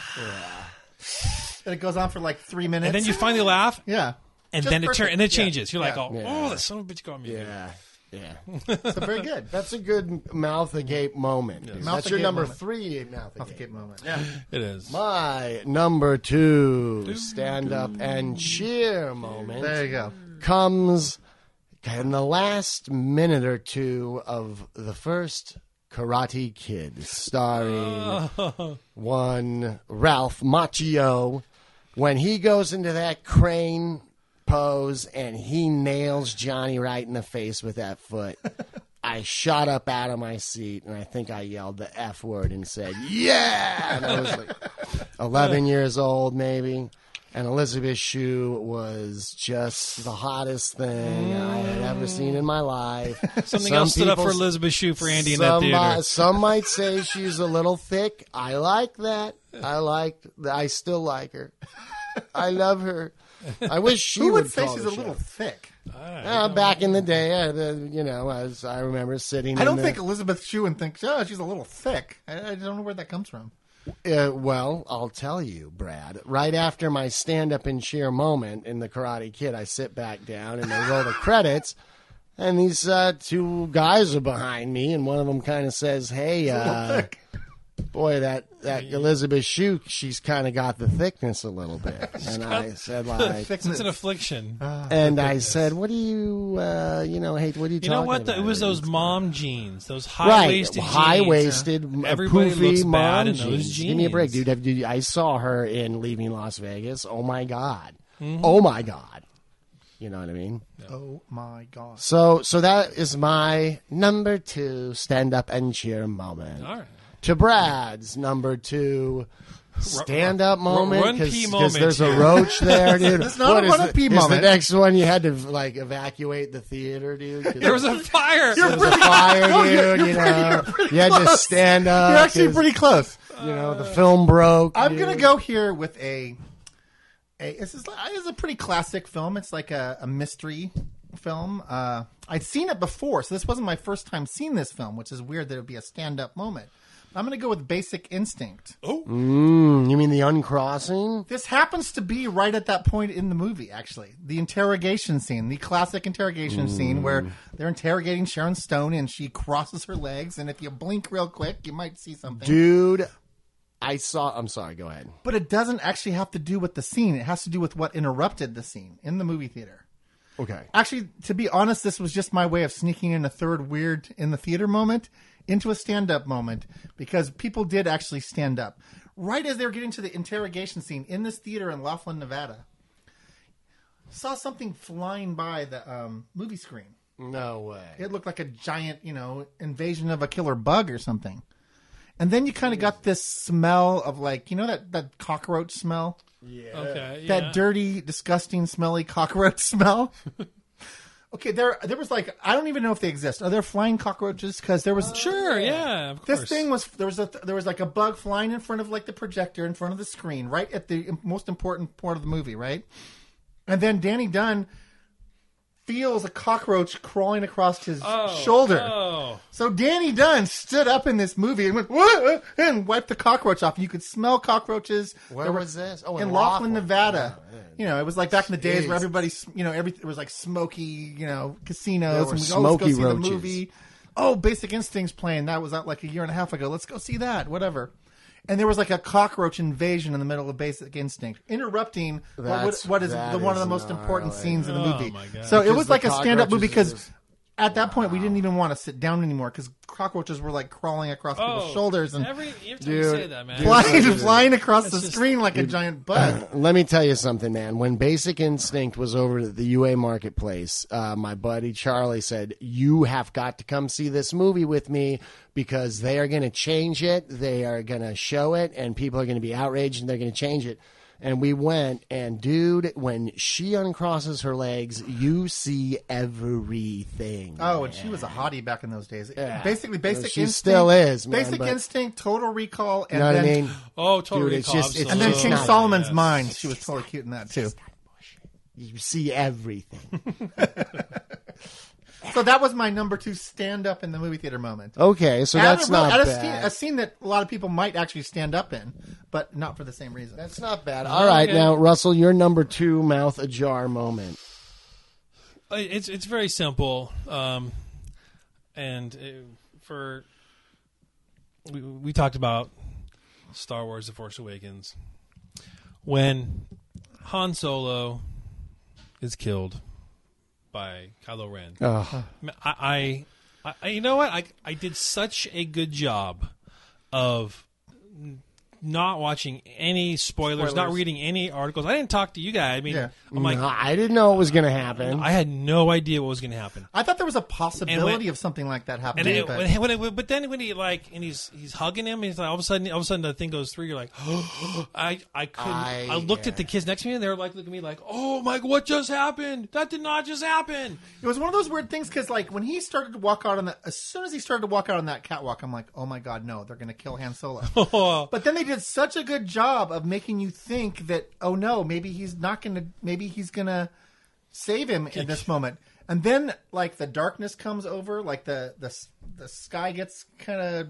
B: And it goes on for like three minutes.
A: And then you finally laugh,
B: yeah.
A: and
B: Just
A: then it
B: perfect.
A: turn and it
B: Yeah.
A: changes. You're like,
B: Yeah.
A: oh, oh, that son of a bitch got me.
C: yeah. Yeah.
B: So very good.
C: That's a good mouth agape moment. dude.
B: Mouth
C: That's your
B: agape
C: number
B: moment.
C: three mouth agape.
B: Skip moment.
A: It is.
C: My number two stand up and cheer moment.
B: There you go.
C: comes in the last minute or two of the first Karate Kid, starring one Ralph Macchio, when he goes into that crane pose and he nails Johnny right in the face with that foot. I shot up out of my seat and I think I yelled the F word and said, Yeah! And I was like 11 years old, maybe. And Elizabeth Shue was just the hottest thing I had ever seen in my life.
A: Something
C: Some
A: else stood up for
C: people-
A: Elizabeth Shue for Andy in that
C: some,
A: theater.
C: uh, some might say she's a little thick. I like that. I like. I still like her. I love her. I wish she
B: Who would
C: would
B: say
C: call
B: she's a
C: the
B: little
C: show.
B: thick?
C: Uh, back in the day, I, uh, you know, as I remember sitting.
B: I don't
C: in
B: think
C: the,
B: Elizabeth Shue thinks, oh, she's a little thick. I, I don't know where that comes from.
C: Uh, well, I'll tell you, Brad. Right after my stand up and cheer moment in The Karate Kid, I sit back down and they roll the credits. And these uh, two guys are behind me, and one of them kind of says, "Hey, uh, boy, that that Elizabeth Shue, she's kind of got the thickness a little bit." And I said, "Like,"
A: It's an
C: Uh,
A: affliction.
C: and I said, "What do you, uh, you know, hey, what are you,
A: you
C: talking
A: know what?
C: About?
A: it was those mom jeans, those high
C: right,
A: waisted
C: high waisted,
A: Everybody
C: poofy
A: looks
C: mom
A: bad in
C: jeans.
A: those
C: Give me a break,
A: jeans.
C: dude. Have- dude, I saw her in Leaving Las Vegas. Oh my god.
A: Mm-hmm.
C: Oh my god. You know what I mean?
B: Oh my gosh.
C: So, so that is my number two stand up and cheer moment.
A: All right.
C: To Brad's number two stand up
A: run
C: moment
A: pee
C: because
A: moment
C: there's a
A: here.
C: roach there, dude.
B: It's not a
C: What is
B: run up
C: the-
B: pee
C: is
B: moment.
C: the next one you had to like evacuate the theater, dude? 'Cause
A: There was a fire.
C: there was a fire, dude. you know, you had to
B: close.
C: stand up.
B: You're actually
C: 'cause,
B: pretty close.
C: You know, the film broke.
B: I'm
C: dude.
B: gonna go here with a. a this is it's a pretty classic film. It's like a, a mystery film. Uh, I'd seen it before, so this wasn't my first time seeing this film, which is weird that it would be a stand-up moment. I'm gonna go with Basic Instinct.
C: Mm, you mean the uncrossing?
B: This happens to be right at that point in the movie, actually. The interrogation scene, the classic interrogation scene where they're interrogating Sharon Stone and she crosses her legs, and if you blink real quick, you might see something.
C: Dude, I saw. I'm sorry. Go ahead.
B: But it doesn't actually have to do with the scene. It has to do with what interrupted the scene in the movie theater.
C: Okay.
B: Actually, to be honest, this was just my way of sneaking in a third weird in the theater moment into a stand up moment because people did actually stand up. Right as they were getting to the interrogation scene in this theater in Laughlin, Nevada, saw something flying by the um, movie screen.
C: No way.
B: It looked like a giant, you know, invasion of a killer bug or something. And then you kind of got this smell of like, you know, that, that cockroach smell?
A: Okay.
B: that
A: yeah.
B: dirty, disgusting, smelly cockroach smell. okay, there there was like I don't even know if they exist. Are there flying cockroaches? Because there was
A: Sure. Yeah. Of
B: This
A: course.
B: thing was there was a there was like a bug flying in front of like the projector in front of the screen right at the most important part of the movie right, and then Danny Dunn feels a cockroach crawling across his shoulder.
A: Oh.
B: So Danny Dunn stood up in this movie and went "Whoa," and wiped the cockroach off. You could smell cockroaches.
C: Where
B: There were-
C: was this? Oh, in
B: in Laughlin,
C: Laughlin. Oh,
B: Nevada. you know, it was like back in the days
C: Jeez.
B: where everybody, you know, every it was like smoky, you know, casinos.
C: There
B: and
C: were
B: oh, let's go
C: smoky
B: see
C: roaches.
B: the movie. Oh, Basic Instincts playing. That was out like a year and a half ago. Let's go see that. Whatever. And there was like a cockroach invasion in the middle of Basic Instinct, interrupting what, would-
C: That's-
B: what is
C: that
B: the, one of
C: is
B: the most important
C: gnarly.
B: scenes in the
A: Oh,
B: movie.
A: my God.
B: So it
C: Because
B: was
C: the
B: like a stand-up movie because
C: cockroaches are just-
B: at that point we didn't even want to sit down anymore because cockroaches were like crawling across people's
A: Oh.
B: shoulders and
A: Every, every time you
C: Dude,
A: say that, man.
B: flying, flying across the
A: just-
B: screen like a giant bug.
C: Let me tell you something, man. When Basic Instinct was over at the UA Marketplace, uh, my buddy Charlie said, You have got to come see this movie with me because they are going to change it. They are going to show it, and people are going to be outraged and they're going to change it. And we went, and dude, when she uncrosses her legs, you see everything.
B: Oh, and she was a hottie back in those days.
C: Yeah.
B: Basically,
C: Well,
B: basic
C: she
B: instinct
C: still is, man,
B: basic
C: but-
B: instinct, total recall, and
C: you know what
B: then
C: I mean?
A: Oh, totally.
C: Dude, it's just- it's
B: and then
C: Oh,
B: King
C: yeah.
B: Solomon's mind. She was totally cute in that too.
C: You see everything.
B: So that was my number two stand up in the movie theater moment.
C: Okay, so
B: At a
C: Oh, that's
B: real-
C: not
B: at a,
C: bad.
B: scene, a scene that a lot of people might actually stand up in, but not for the same reason.
C: That's not bad. All right,
A: Okay.
C: now Russell, your number two mouth ajar moment.
A: Uh, It's it's very simple. Um, and uh, for we, we talked about Star Wars: The Force Awakens when Han Solo is killed by Kylo Ren.
C: Ugh.
A: I, I, I, you know what? I, I did such a good job of n- not watching any spoilers, not
B: Spoilers.
A: reading any articles. I didn't talk to you guys. I mean,
B: Yeah.
A: I'm like,
C: No, I didn't know it was going to happen.
A: I had no idea what was going to happen.
B: I thought there was a possibility of something like that
A: And
B: happening.
A: it,
B: but
A: when, when it- but then when he like and he's he's hugging him, he's like all of a sudden all of a sudden the thing goes through. You're like, I I couldn't. I,
C: I-
A: looked at the kids next to me and they were like looking at me like, oh my, what just happened? That did not just happen.
B: It was one of those weird things because, like, when he started to walk out on that, as soon as he started to walk out on that catwalk, I'm like, oh my god, no, they're going to kill Han Solo. but then they did such a good job of making you think that, oh no, maybe he's not going to, maybe he's going to save him in this moment. And then, like, the darkness comes over, like the the s- the sky gets kind of,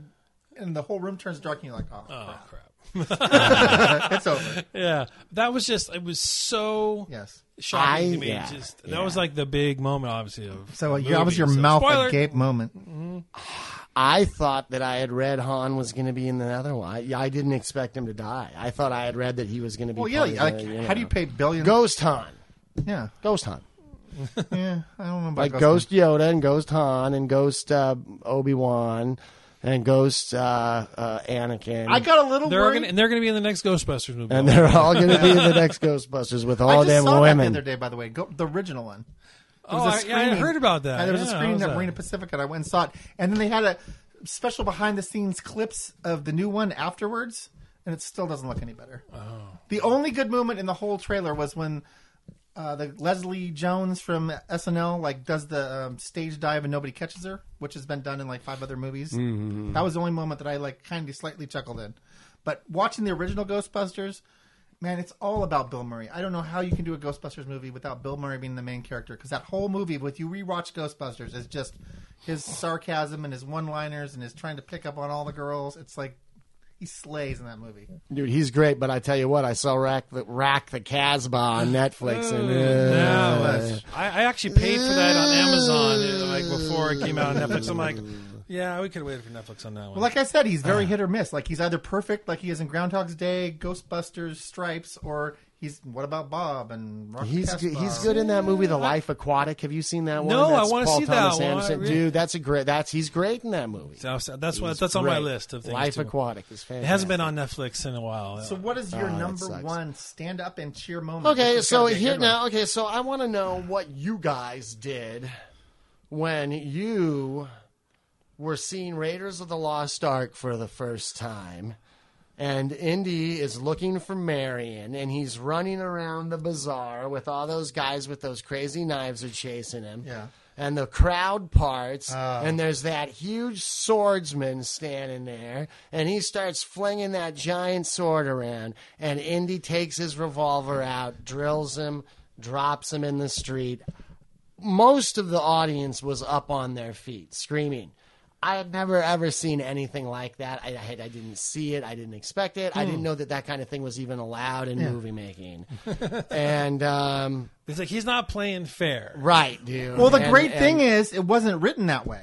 B: and the whole room turns dark, and you're like, oh,
A: Oh crap.
B: crap, it's over.
A: Yeah, that was just it was so
B: Yes.
A: shocking
C: I-
A: to me.
C: yeah,
A: just that
C: yeah.
A: was like the big moment, obviously. Of
B: So uh,
A: the
B: yeah, that was
A: movie.
B: your
A: So,
B: mouth
A: spoiler,
B: agape moment.
C: I thought that I had read Han was going to be in the other one. I, I didn't expect him to die. I thought I had read that he was going to be.
B: Well, Oh, yeah,
C: part of
B: like,
C: the,
B: how do you
C: know.
B: pay billions?
C: Ghost Han?
B: yeah,
C: Ghost Han.
B: yeah, I don't know about
C: Like
B: Ghost
C: Ghost Yoda and Ghost Han and Ghost uh, Obi Wan and Ghost uh, uh, Anakin.
B: I got a little
A: They're
B: worried.
A: gonna, and they're going to be in the next Ghostbusters movie.
C: and they're all going to be in the next Ghostbusters with all
B: I just
C: them
B: saw
C: women.
B: that the other day, by the way, Go, the original one. There
A: oh, I, yeah, I
B: screening.
A: heard about that.
B: Yeah, there was
A: Yeah,
B: a
A: I
B: screening
A: was
B: at
A: at-
B: Marina Pacific, and I went and saw it. And then they had a special behind-the-scenes clips of the new one afterwards, and it still doesn't look any better.
A: Oh.
B: The only good moment in the whole trailer was when uh, the Leslie Jones from SNL like does the um, stage dive and nobody catches her, which has been done in like five other movies. That was the only moment that I like kind of slightly chuckled in. But watching the original Ghostbusters, man, it's all about Bill Murray. I don't know how you can do a Ghostbusters movie without Bill Murray being the main character because that whole movie, with you rewatch Ghostbusters, is just his sarcasm and his one-liners and his trying to pick up on all the girls. It's like he slays in that movie.
C: Dude, he's great, but I tell you what, I saw Rack the, Rack the Casbah on Netflix, and
B: Oh,
C: uh,
A: Yeah, I, I actually paid for that on Amazon uh, like before it came out on Netflix. I'm like, yeah, we could have waited for Netflix on that one.
B: Well, Mm. like I said, he's very hit or miss. Like he's either perfect, like he is in Groundhog's Day, Ghostbusters, Stripes, or he's what about Bob and Rocky
C: he's
B: Casbah?
C: good, he's good in that movie, The Life Aquatic. Have you seen that one?
A: No, I
C: That's
A: wanna
C: Paul
A: see that
C: Thomas
A: one. I
C: Anderson.
A: really-
C: Dude, that's a great. That's he's great in that movie.
A: So- so that's what
C: He's
A: that's on my
C: great.
A: list of things.
C: Life
A: too.
C: Aquatic is fantastic.
A: It hasn't been on Netflix in a while.
B: So, what is your
C: Ah, that
B: number
C: sucks.
B: one stand up and cheer moment? This
C: Okay,
B: has gotta
C: so
B: be a
C: here
B: good one.
C: now. Okay, so I want to know what you guys did when you were seeing Raiders of the Lost Ark for the first time, and Indy is looking for Marion, and he's running around the bazaar with all those guys with those crazy knives are chasing him.
B: Yeah.
C: And the crowd parts, and there's that huge swordsman standing there, and he starts flinging that giant sword around, and Indy takes his revolver out, drills him, drops him in the street most of the audience was up on their feet screaming. I had never ever seen anything like that. I, I, had- I didn't see it. I didn't expect it. I
B: Hmm.
C: didn't know that that kind of thing was even allowed in movie making. and um,
A: It's like he's not playing fair.
C: right, dude.
B: Well, the
C: And-
B: great
C: and-
B: thing is, it wasn't written that way.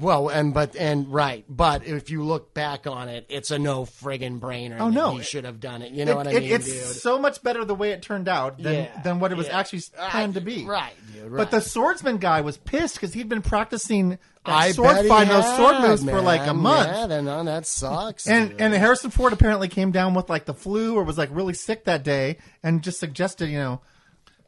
C: well, and but and right, but if you look back on it, it's a no friggin' brainer.
B: Oh,
C: that
B: no.
C: he should have done it. You know
B: It-
C: what I
B: it-
C: mean,
B: it's
C: dude?
B: so much better the way it turned out than,
C: Yeah,
B: than what it was
C: yeah. Ah,
B: actually planned to be.
C: Right, dude. Right.
B: But the swordsman guy was pissed because he'd been practicing that
C: I bet
B: sword
C: he
B: find those sword
C: had,
B: moves for like a
C: man.
B: month.
C: Yeah, then, uh, that sucks.
B: And
C: dude.
B: and Harrison Ford apparently came down with like the flu or was like really sick that day and just suggested, you know,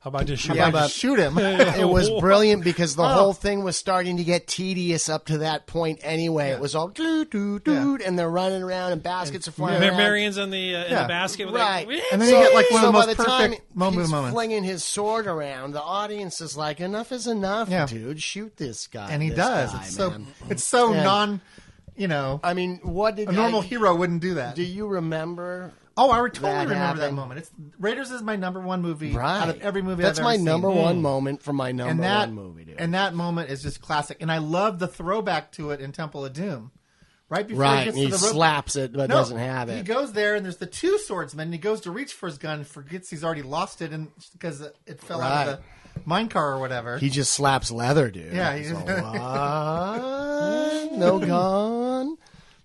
A: How about just shoot?
B: yeah,
A: him?
B: shoot him.
C: it was brilliant because the whole thing was starting to get tedious up to that point anyway. It was all doo doo doo, and they're running around and baskets are flying.
A: Ma-
C: around.
A: Marion's in the uh, in
B: Yeah.
A: the basket with
C: Right.
A: like,
B: And then you get like one of the most
C: so by the time
B: perfect moment
C: he's
B: moments.
C: flinging his sword around, the audience is like, "Enough is enough,
B: Yeah.
C: dude! Shoot this guy!"
B: and he
C: this
B: does.
C: guy,
B: it's so
C: man.
B: it's so
C: Yeah.
B: non, you know,
C: I mean, what did
B: a normal
C: I,
B: hero wouldn't do that.
C: Do you remember?
B: oh, I totally
C: that
B: remember that
C: happened?
B: moment. It's Raiders is my number one movie
C: Right.
B: out of every movie.
C: That's
B: I've
C: my
B: ever
C: number
B: seen. Mm.
C: one moment from my number
B: and that
C: one movie, dude.
B: and that moment is just classic. And I love the throwback to it in Temple of Doom, right before
C: right,
B: he
C: and
B: gets to
C: he
B: the rope.
C: slaps it, but doesn't have it.
B: He goes there, and there's the two swordsmen, and he goes to reach for his gun, forgets he's already lost it, and because it fell out of
C: Right.
B: the. mine car or whatever.
C: He just slaps leather, dude.
B: Yeah,
C: He's
B: he-
C: all, "What? no gun.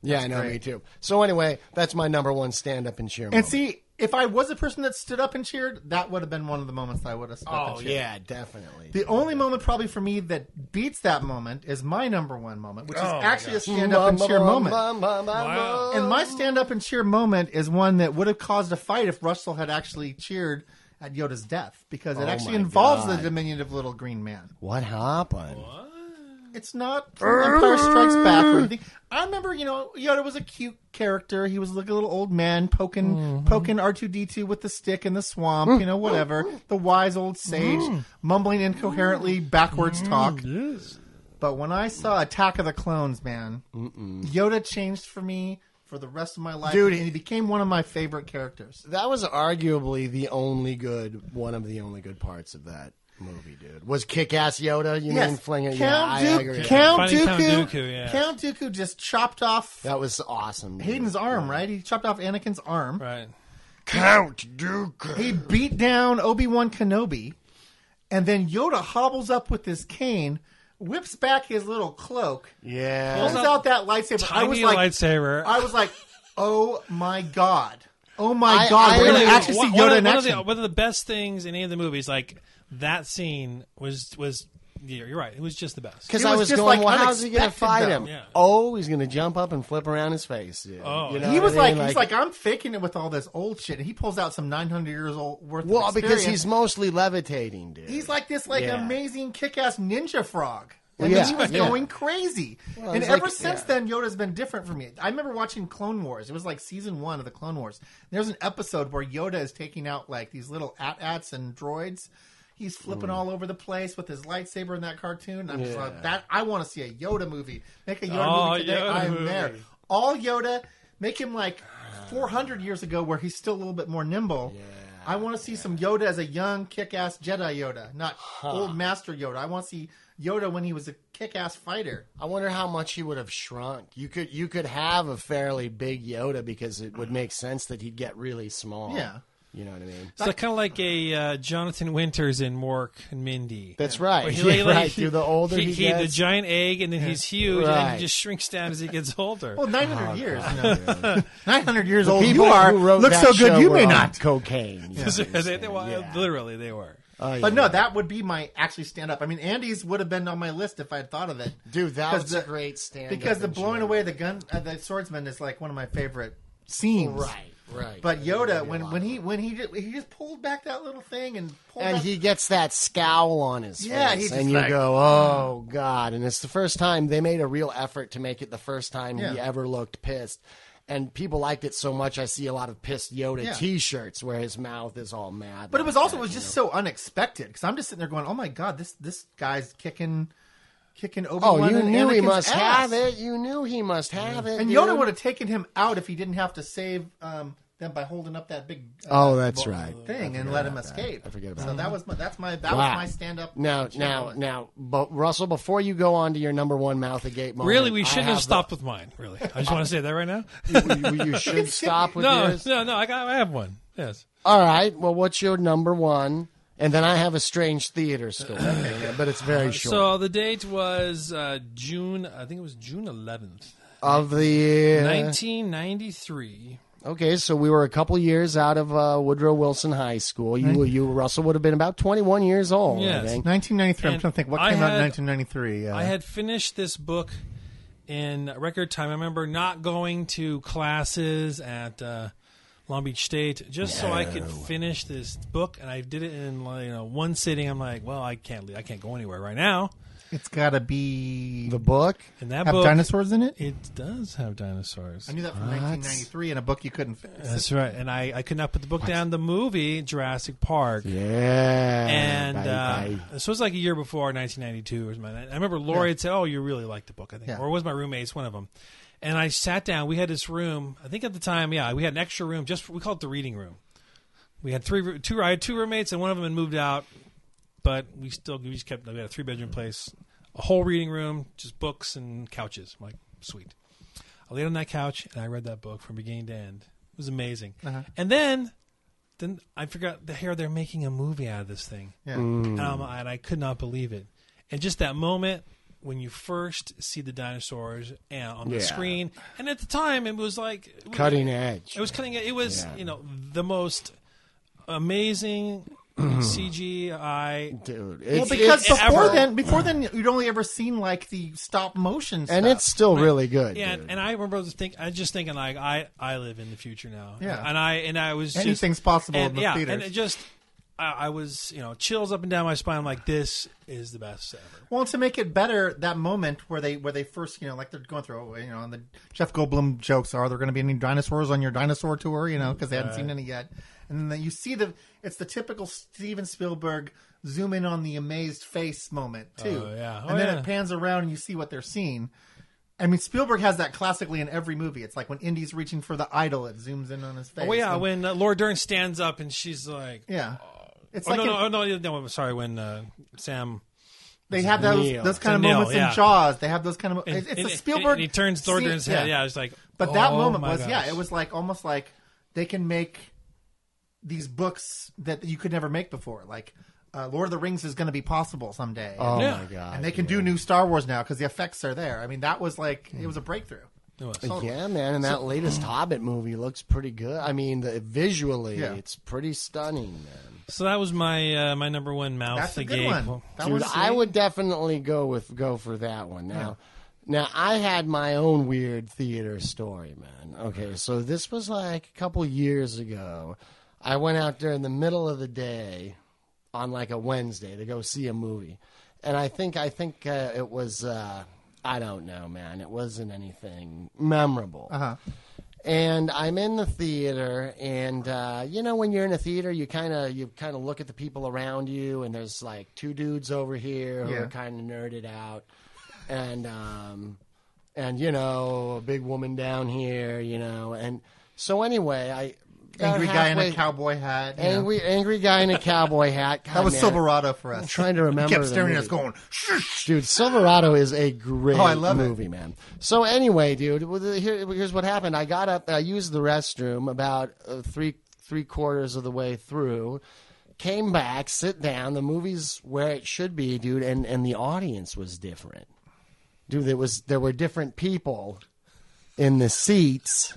C: Yeah, I know, me
B: great.
C: too. So anyway, that's my number one stand-up and cheer.
B: and
C: moment.
B: see, if I was a person that stood up and cheered, that would have been one of the moments that I would have stood up
C: oh
B: and cheered.
C: yeah, definitely.
B: The only moment probably for me that beats that moment is my number one moment, which is
A: Oh, my
B: actually a stand up and cheer moment.
A: Wow.
B: And my stand up and cheer moment is one that would have caused a fight if Russell had actually cheered at Yoda's death because it
C: Oh
B: actually
C: my
B: involves
C: God.
B: the diminutive little green man.
C: What happened?
B: It's not Empire Strikes Back or anything. I remember, you know, Yoda was a cute character. He was like a little old man poking poking R two D two with the stick in the swamp. You know, whatever. The wise old sage mumbling incoherently backwards talk. But when I saw Attack of the Clones, man, Yoda changed for me for the rest of my life,
C: Dude,
B: and he became one of my favorite characters.
C: That was arguably the only good, one of the only good parts of that movie, dude. Was Kick-Ass Yoda? You mean
B: Yes,
C: fling it?
B: Count,
C: yeah, I
B: Dooku,
C: agree.
B: Count,
A: Finding
B: Dooku,
A: Count Dooku, yeah.
B: Count Dooku just chopped off
C: That was awesome. dude.
B: Hayden's arm, right? He chopped off Anakin's arm.
A: Right.
C: Count Dooku.
B: He beat down Obi Wan Kenobi, and then Yoda hobbles up with his cane, whips back his little cloak,
C: Yeah.
B: pulls out that lightsaber. I was
A: Tiny
B: like,
A: lightsaber.
B: I was like, oh my god, oh my
C: I-
B: god,
C: I-
B: we're
C: Wait a
B: gonna
C: minute,
B: actually see
A: One-
B: Yoda
A: one of-
B: in
A: one of
B: action.
A: the- one of the best things in any of the movies, like that scene was was. yeah, You're right. It was just the best.
C: Because
B: It
C: I
B: was
C: was
B: just,
C: going,
B: like,
C: well, how's he going to
B: unexpected,
C: fight
B: though.
C: him?
A: Yeah.
C: Oh, he's going to jump up and flip around his face, dude.
A: Oh,
C: You
A: yeah.
C: know
B: he
C: what
B: was
C: I
B: like,
C: mean?
B: he's like, I'm faking it with all this old shit. And he pulls out some 900 years old worth.
C: well,
B: of
C: because
B: experience.
C: he's mostly levitating, dude.
B: He's like this like
C: Yeah.
B: amazing kick-ass ninja frog.
C: Well,
B: And
C: yeah,
B: he was
C: yeah.
B: going crazy. and
C: it's
B: ever
C: like-
B: since
C: yeah.
B: then, Yoda's been different for me. I remember watching Clone Wars. It was like season one of the Clone Wars. There's an episode where Yoda is taking out like these little at-ats and droids. He's flipping all over the place with his lightsaber in that cartoon. And I'm just
C: Yeah.
B: like, that I want to see a Yoda movie. Make a Yoda
A: Oh,
B: movie today.
A: Yoda
B: I'm
A: movie.
B: there. All Yoda. Make him like 400 years ago, where he's still a little bit more nimble. I want to see some Yoda as a young, kick-ass Jedi Yoda, not old Master Yoda. I want to see Yoda when he was a kick-ass fighter.
C: I wonder how much he would have shrunk. You could you could have a fairly big Yoda because it would make sense that he'd get really small.
B: Yeah.
C: You know what I mean?
A: It's kind of like a uh, Jonathan Winters in Mork and Mindy.
C: That's right.
A: Where he-
C: Yeah,
A: like-
C: right. Dude, the older he,
A: he
C: gets,
A: the giant egg, and then he's huge, and
C: Right.
A: he just shrinks down as he gets older.
C: Oh,
B: Well, 900 Oh, years. no. 900 years old you
C: people
B: are
C: who wrote
B: look
C: that
B: so good
C: show
B: you
C: were
B: may
C: on
B: not.
C: cocaine. you know what I'm
A: They- they-
C: saying?
A: well,
C: Yeah.
A: Literally, they were.
C: Oh, yeah.
B: But no, that would be my actually stand up. I mean, Andy's would have been on my list if I had thought of it.
C: dude, that
B: because
C: was
B: the-
C: a great stand.
B: Because the blowing away the gun, uh, the swordsman is like one of my favorite scenes.
C: Right. Right.
B: But Yoda, when, when he when he just, he just pulled back that little thing and pulled
C: and
B: out-
C: he gets that scowl on his
B: Yeah,
C: face,
B: he's
C: and
B: just
C: you
B: like-
C: go, "Oh God!" And it's the first time they made a real effort to make it the first time he
B: Yeah.
C: ever looked pissed, and people liked it so much. I see a lot of pissed Yoda
B: Yeah.
C: T-shirts where his mouth is all mad.
B: But it
C: like
B: was also
C: that,
B: it was
C: you
B: just so unexpected because I'm just sitting there going, "Oh my god, this this guy's kicking, kicking Obi
C: know?
B: Wan."
C: Oh, you
B: and
C: knew he
B: Anakin's ass.
C: must have it. You knew he must have it.
B: And
C: dude.
B: Yoda would have taken him out if he didn't have to save um, them by holding up that big uh,
C: Oh, that's right.
B: thing and let him escape. I
C: forget about
B: so
C: that.
B: that was my, that's my that
C: Wow.
B: was my stand up.
C: Now, now, now, but Russell, before you go on to your number one mouth agape moment,
A: Really, we
C: I
A: shouldn't have
C: the-
A: stopped with mine. Really, I just want to say that right now.
C: you, you should stop with
A: No,
C: yours.
A: no, no. I got. I have one. Yes.
C: All right. Well, what's your number one? And then I have a strange theater story, but it's very short.
A: So the date was uh, June. I think it was June 11th,
C: of the year.
A: 1993.
C: Okay, so we were a couple years out of uh, Woodrow Wilson High School. You, you, Russell, would have been about twenty-one years old. I
A: Yes.
C: think.
B: 1993.
A: And I had-
B: 1993? Uh,
A: I had finished this book in record time. I remember not going to classes at uh, Long Beach State just so I could finish this book, and I did it in like, you know one sitting. I'm like, well, I can't leave. I can't go anywhere right now.
B: it's got to be
C: The book.
A: And that
B: have
A: book,
B: dinosaurs in it.
A: it does have dinosaurs.
B: I knew that from 1993 in a book you couldn't. fix.
A: That's right. And I, I could not put the book down. The movie Jurassic Park.
C: Oh, Yeah.
A: And
C: Bye,
A: uh,
C: bye.
A: this was like a year before 1992. Was my, I remember Lori had said, "Oh, you really like the book, I think,"
B: Yeah.
A: or it was my roommates one of them. And I sat down. We had this room. I think at the time, yeah, we had an extra room. Just for, we called it the reading room. We had three, roo- two. I had two roommates, and one of them had moved out, but we still we just kept. We had a three
C: Mm-hmm.
A: bedroom place, a whole reading room, just books and couches. I'm like sweet.
C: Uh-huh.
A: I laid on that couch and I read that book from beginning to end. It was amazing. And then Then I forgot the hair. They're making a movie out of this thing,
B: Yeah.
A: and, I'm- Um, and I could not believe it. And just that moment when you first see the dinosaurs and on the
C: Yeah.
A: screen, and at the time it was like
C: Cutting edge.
A: It was cutting. It was you know the most amazing CGI.
C: Dude,
B: Well,
C: it's,
B: because
A: it's
B: before
A: ever-
B: then, before then, you'd only ever seen like the stop motion, stuff.
C: and it's still really good.
A: Yeah,
C: dude.
A: and, and I remember just think I just thinking like I I live in the future now.
B: Yeah.
A: and I and I was just-
B: Anything's possible
A: and,
B: in the
A: yeah,
B: theaters.
A: and it just I, I was you know chills up and down my spine. I'm like this is the best ever.
B: Well, to make it better, that moment where they where they first, you know, like they're going through, oh, you know, and the Jeff Goldblum jokes are there going to be any dinosaurs on your dinosaur tour? You know, because they hadn't seen any yet. And then you see the it's the typical Steven Spielberg zoom in on the amazed face moment too.
A: Oh, yeah. Oh,
B: and then
A: yeah.
B: it pans around and you see what they're seeing. I mean, Spielberg has that classically in every movie. It's like when Indy's reaching for the idol, it zooms in on his face.
A: Oh yeah,
B: And-
A: when uh, Laura Dern stands up and she's like,
B: yeah. It's
A: oh
B: like
A: no,
B: in-
A: no, oh, no, no, I'm sorry. When uh, Sam
B: They have those
C: Neil.
B: those kind of
A: Neil,
B: moments
A: yeah.
B: in Jaws. They have those kind of.
A: and-
B: it's
A: and-
B: a Spielberg.
A: and he turns Laura
B: scene-
A: Dern's head. Yeah, it's like,
B: But that
A: oh,
B: moment
A: my
B: was yeah.
A: gosh.
B: It was like almost like they can make these books that you could never make before. Like uh, Lord of the Rings is going to be possible someday,
C: oh
A: Yeah.
C: my god.
B: and they can do new Star Wars now because the effects are there. I mean, that was like it was a breakthrough.
A: It was.
C: Yeah, man, and that latest Hobbit movie looks pretty good. I mean, the, visually,
B: Yeah.
C: it's pretty stunning, man.
A: So that was my uh, my number one mouth.
B: That's
A: the
B: a good
A: gate.
B: one.
A: Well,
B: That
C: Dude,
B: was
C: I would definitely go with go for that one. Now, now I had my own weird theater story, man. Okay, so this was like a couple years ago. I went out there in the middle of the day on like a Wednesday to go see a movie, and I think I think uh, it was uh, I don't know, man. It wasn't anything memorable.
B: Uh-huh.
C: and I'm in the theater, and uh, you know when you're in a theater, you kind of you kind of look at the people around you, and there's like two dudes over here who
B: Yeah.
C: are kind of nerded out, and um, and you know a big woman down here, you know, and so anyway, I about
B: angry guy in a
C: halfway-
B: cowboy hat. you know.
C: angry angry guy in a cowboy hat. God,
B: That was
C: man.
B: Silverado for us.
C: trying to remember
B: He kept
C: the
B: staring at
C: movie.
B: us, going, "Shh."
C: Dude, Silverado is a great
B: Oh, I love it.
C: movie, man. So anyway, dude, with the- here, here's what happened. I got up, I used the restroom about uh, three three quarters of the way through, came back, sit down. The movie's where it should be, dude, and and the audience was different. Dude, there was there were different people in the seats.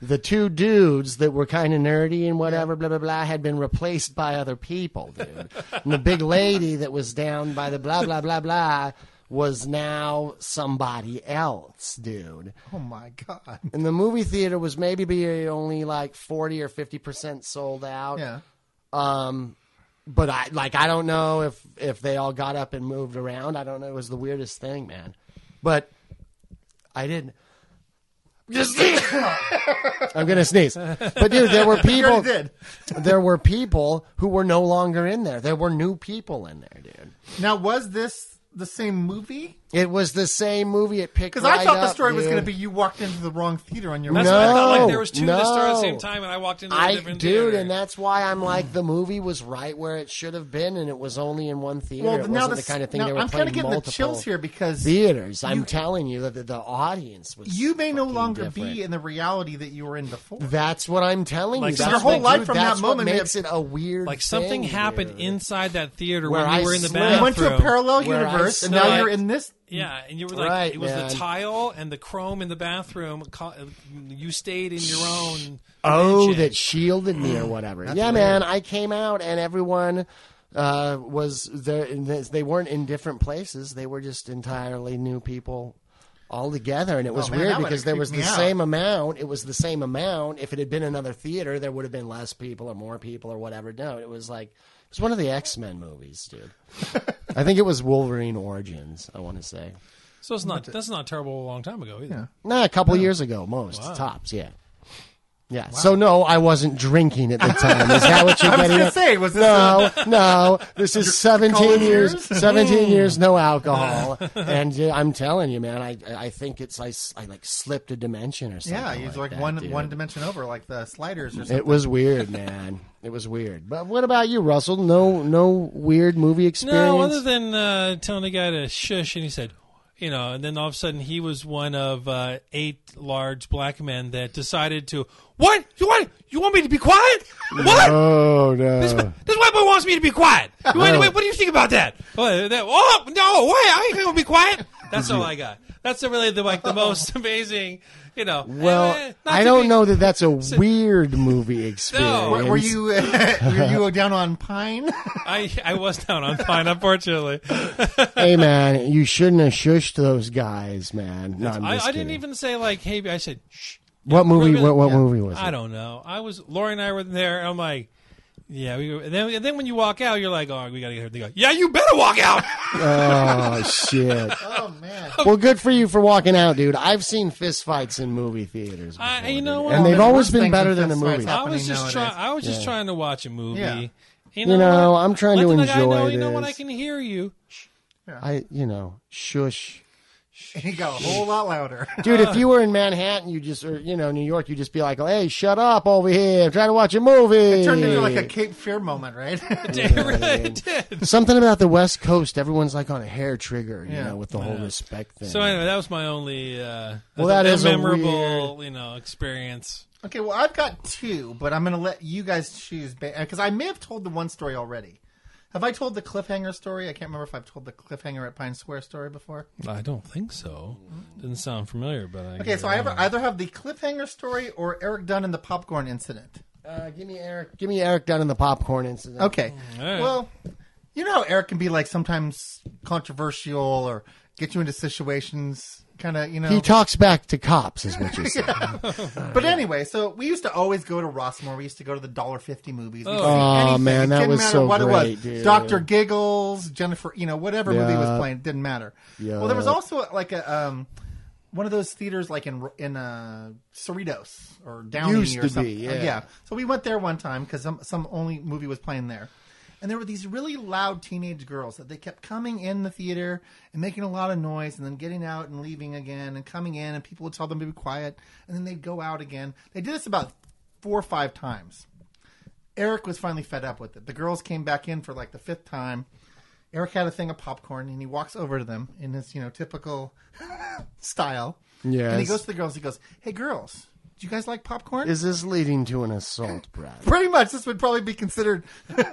C: The two dudes that were kind of nerdy and whatever, blah blah blah, had been replaced by other people, dude. and the big lady that was down by the blah blah blah blah was now somebody else, dude.
B: Oh my god.
C: And the movie theater was maybe be only like forty or fifty percent sold out.
B: Yeah.
C: Um, but I like I don't know if if they all got up and moved around. I don't know. It was the weirdest thing, man. But I didn't. Just I'm gonna sneeze. But dude, there were people.
B: already did.
C: There were people who were no longer in there. There were new people in there, dude.
B: Now was this the same movie?
C: It was the same movie. It picked.
B: Because
C: right
B: I thought the
C: up,
B: story was
C: dude.
B: going to be you walked into the wrong theater on your
A: That's
B: way.
A: what I thought. Like
C: No,
A: there was two that started at the same
C: no.
A: time, and I walked into a
C: I
A: different
C: dude,
A: theater.
C: and that's why I'm like the movie was right where it should have been, and it was only in one theater.
B: Well,
C: it
B: now
C: wasn't
B: this-
C: the kind of thing
B: now
C: they were
B: I'm
C: playing
B: kind of getting
C: multiple
B: the chills here because
C: theaters. I'm telling you that the, the audience was.
B: you may no
C: fucking
B: longer
C: different.
B: be in the reality that you were in before.
C: That's what I'm telling
A: Like,
C: you.
A: so
C: That's
A: your whole
C: what-
B: life
C: dude,
B: from
C: that's
B: that
C: what
B: moment,
C: makes it a weird.
A: like something
C: thing,
A: happened
C: dude.
A: inside that theater
C: Where
A: when
C: I
A: you were in the
C: slipped.
A: bathroom.
B: you went to a parallel
C: Where I
B: universe, and
C: slept.
B: now you're in this.
A: Yeah, and you were like,
C: Right,
A: it was
C: man.
A: the tile and the chrome in the bathroom. co- uh, You stayed in your own.
C: Oh,
A: dimension.
C: that shielded me or
B: Mm.
C: whatever. yeah, man. I came out and everyone uh, was there. and They they weren't in different places. They were just entirely new people all together, and it was
B: Oh, man,
C: weird
B: that would've
C: because there
B: creeped
C: was the
B: me out.
C: same amount. It was the same amount. If it had been another theater, there would have been less people or more people or whatever. No, it was like it was one of the X Men movies, dude. I think it was Wolverine Origins. I want to say.
A: So it's not. That's not terrible. A long time ago either.
C: Nah, a couple years ago, most tops, yeah. Yeah. So no, I wasn't drinking at the time. Is that what you're
B: I was
C: getting
B: going to
C: at?
B: say, was this?
C: no, no. This is 17
B: college
C: years,
B: years?
C: 17 years, no alcohol. and uh, I'm telling you, man, I I think it's I, s- I, like slipped a dimension or something.
B: yeah, he's like,
C: that,
B: one
C: dude.
B: one dimension over, like the sliders or something.
C: It was weird, man. It was weird. But what about you, Russell? No, no weird movie experience.
A: No, other than uh, telling the guy to shush, and he said, you know, and then all of a sudden he was one of uh, eight large black men that decided to what you want you want me to be quiet? What?
C: Oh no!
A: This, this white boy wants me to be quiet. You- wait, wait, what do you think about that? Oh, that- oh, no, wait, I ain't gonna be quiet. That's all I got. That's really the like the most amazing, you know. eh,
C: well,
A: not
C: I
A: to
C: don't
A: be-
C: know that that's a weird movie
A: No.
C: experience.
A: Were-
B: Were you were you down on Pine?
A: I I was down on fine, unfortunately.
C: hey man, you shouldn't have shushed those guys, man. No, I'm
A: I,
C: just
A: I didn't
C: kidding.
A: even say like, hey, I said, shh.
C: What movie?
A: really-
C: what what
B: yeah.
C: movie was
A: I
C: it?
A: don't know. I was Lori and I were there, and I'm like, yeah. We, and then and then when you walk out, you're like, oh, we gotta get here. They go, yeah, you better walk out.
C: Oh shit!
B: oh man.
C: well, good for you for walking out, dude. I've seen fistfights in movie theaters,
A: I-
C: before,
A: you know
C: dude.
A: what?
C: and they've
B: There's
C: always
B: worse
C: been
B: things
C: better
B: than
C: than a
B: fist
C: movie.
B: fights
A: I was
B: happening
A: just trying.
B: nowadays.
A: I was just trying to watch a movie.
B: Yeah.
A: You know,
C: You know,
A: what?
C: I'm trying
A: Let
C: to
A: the guy
C: enjoy
A: know, You know what? I
C: this.
A: can hear you.
C: I, you know, shush.
B: He got a whole lot louder.
C: Dude, if you were in Manhattan, you just, or, you know, New York, you'd just be like, hey, shut up over here. I'm trying to watch a movie.
B: It turned into like a Cape Fear moment, right?
A: It really did.
C: Something about the West Coast, everyone's like on a hair trigger, you
B: Yeah.
C: know, with the whole respect thing.
A: So anyway, that was my only. Uh,
C: Well, that
A: a
C: is a
A: memorable, you know, experience.
B: okay, well, I've got two, but I'm going to let you guys choose because I may have told the one story already. Have I told the cliffhanger story? I can't remember if I've told the cliffhanger at Pine Square story before.
A: I don't think so. Doesn't sound familiar, but I
B: Okay, so I either, either have the cliffhanger story or Eric Dunn and the popcorn incident.
C: uh, give me Eric. Give me Eric Dunn in the popcorn incident.
B: Okay.
A: right.
B: Well, you know how Eric can be like sometimes controversial or get you into situations, kind of, you know.
C: He talks back to cops, is what you're saying.
B: but anyway, so we used to always go to Rossmore. We used to go to the dollar fifty movies. We'd see
C: Oh,
B: anything.
C: man,
B: it
C: that
B: didn't
C: was
B: matter
C: so
B: what it
C: great,
B: was.
C: dude.
B: Doctor Giggles, Jennifer, you know, whatever movie
C: Yeah.
B: was playing, it didn't matter. Well, there was also like a um, one of those theaters like in in uh, Cerritos or Downey
C: Used
B: or
C: to be,
B: something. Uh,
C: yeah.
B: So we went there one time because some some only movie was playing there. And there were these really loud teenage girls that they kept coming in the theater and making a lot of noise and then getting out and leaving again and coming in and people would tell them to be quiet and then they'd go out again. They did this about four or five times. Eric was finally fed up with it. The girls came back in for like the fifth time. Eric had a thing of popcorn and he walks over to them in his, you know, typical style. And he
C: Yes.
B: goes to the girls, he goes, Hey girls, do you guys like popcorn?
C: is this leading to an assault, Brad?
B: pretty much this would probably be considered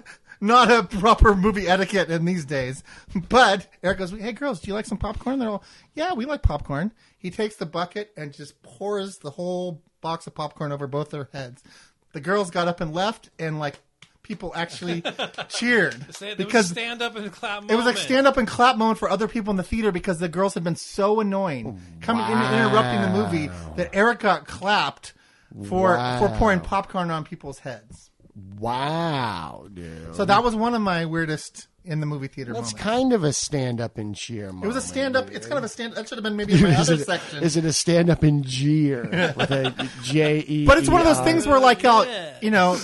B: not a proper movie etiquette in these days. But Eric goes, "Hey girls, do you like some popcorn?" They're all, "Yeah, we like popcorn." He takes the bucket and just pours the whole box of popcorn over both their heads. The girls got up and left, and like people actually cheered
A: because stand up and clap.
B: it was like stand up and clap moment for other people in the theater because the girls had been so annoying coming in and interrupting the movie that Eric got clapped for for pouring popcorn on people's heads.
C: Wow, dude.
B: So that was one of my weirdest in the movie theater
C: That's
B: moments.
C: kind of a stand up and cheer moment.
B: it was a stand up. It's kind of a stand. That should have been maybe in my
C: is
B: other
C: it,
B: section.
C: is it a stand up and jeer with a J E?
B: but it's one of those
C: E R?
B: things where like, oh, you know,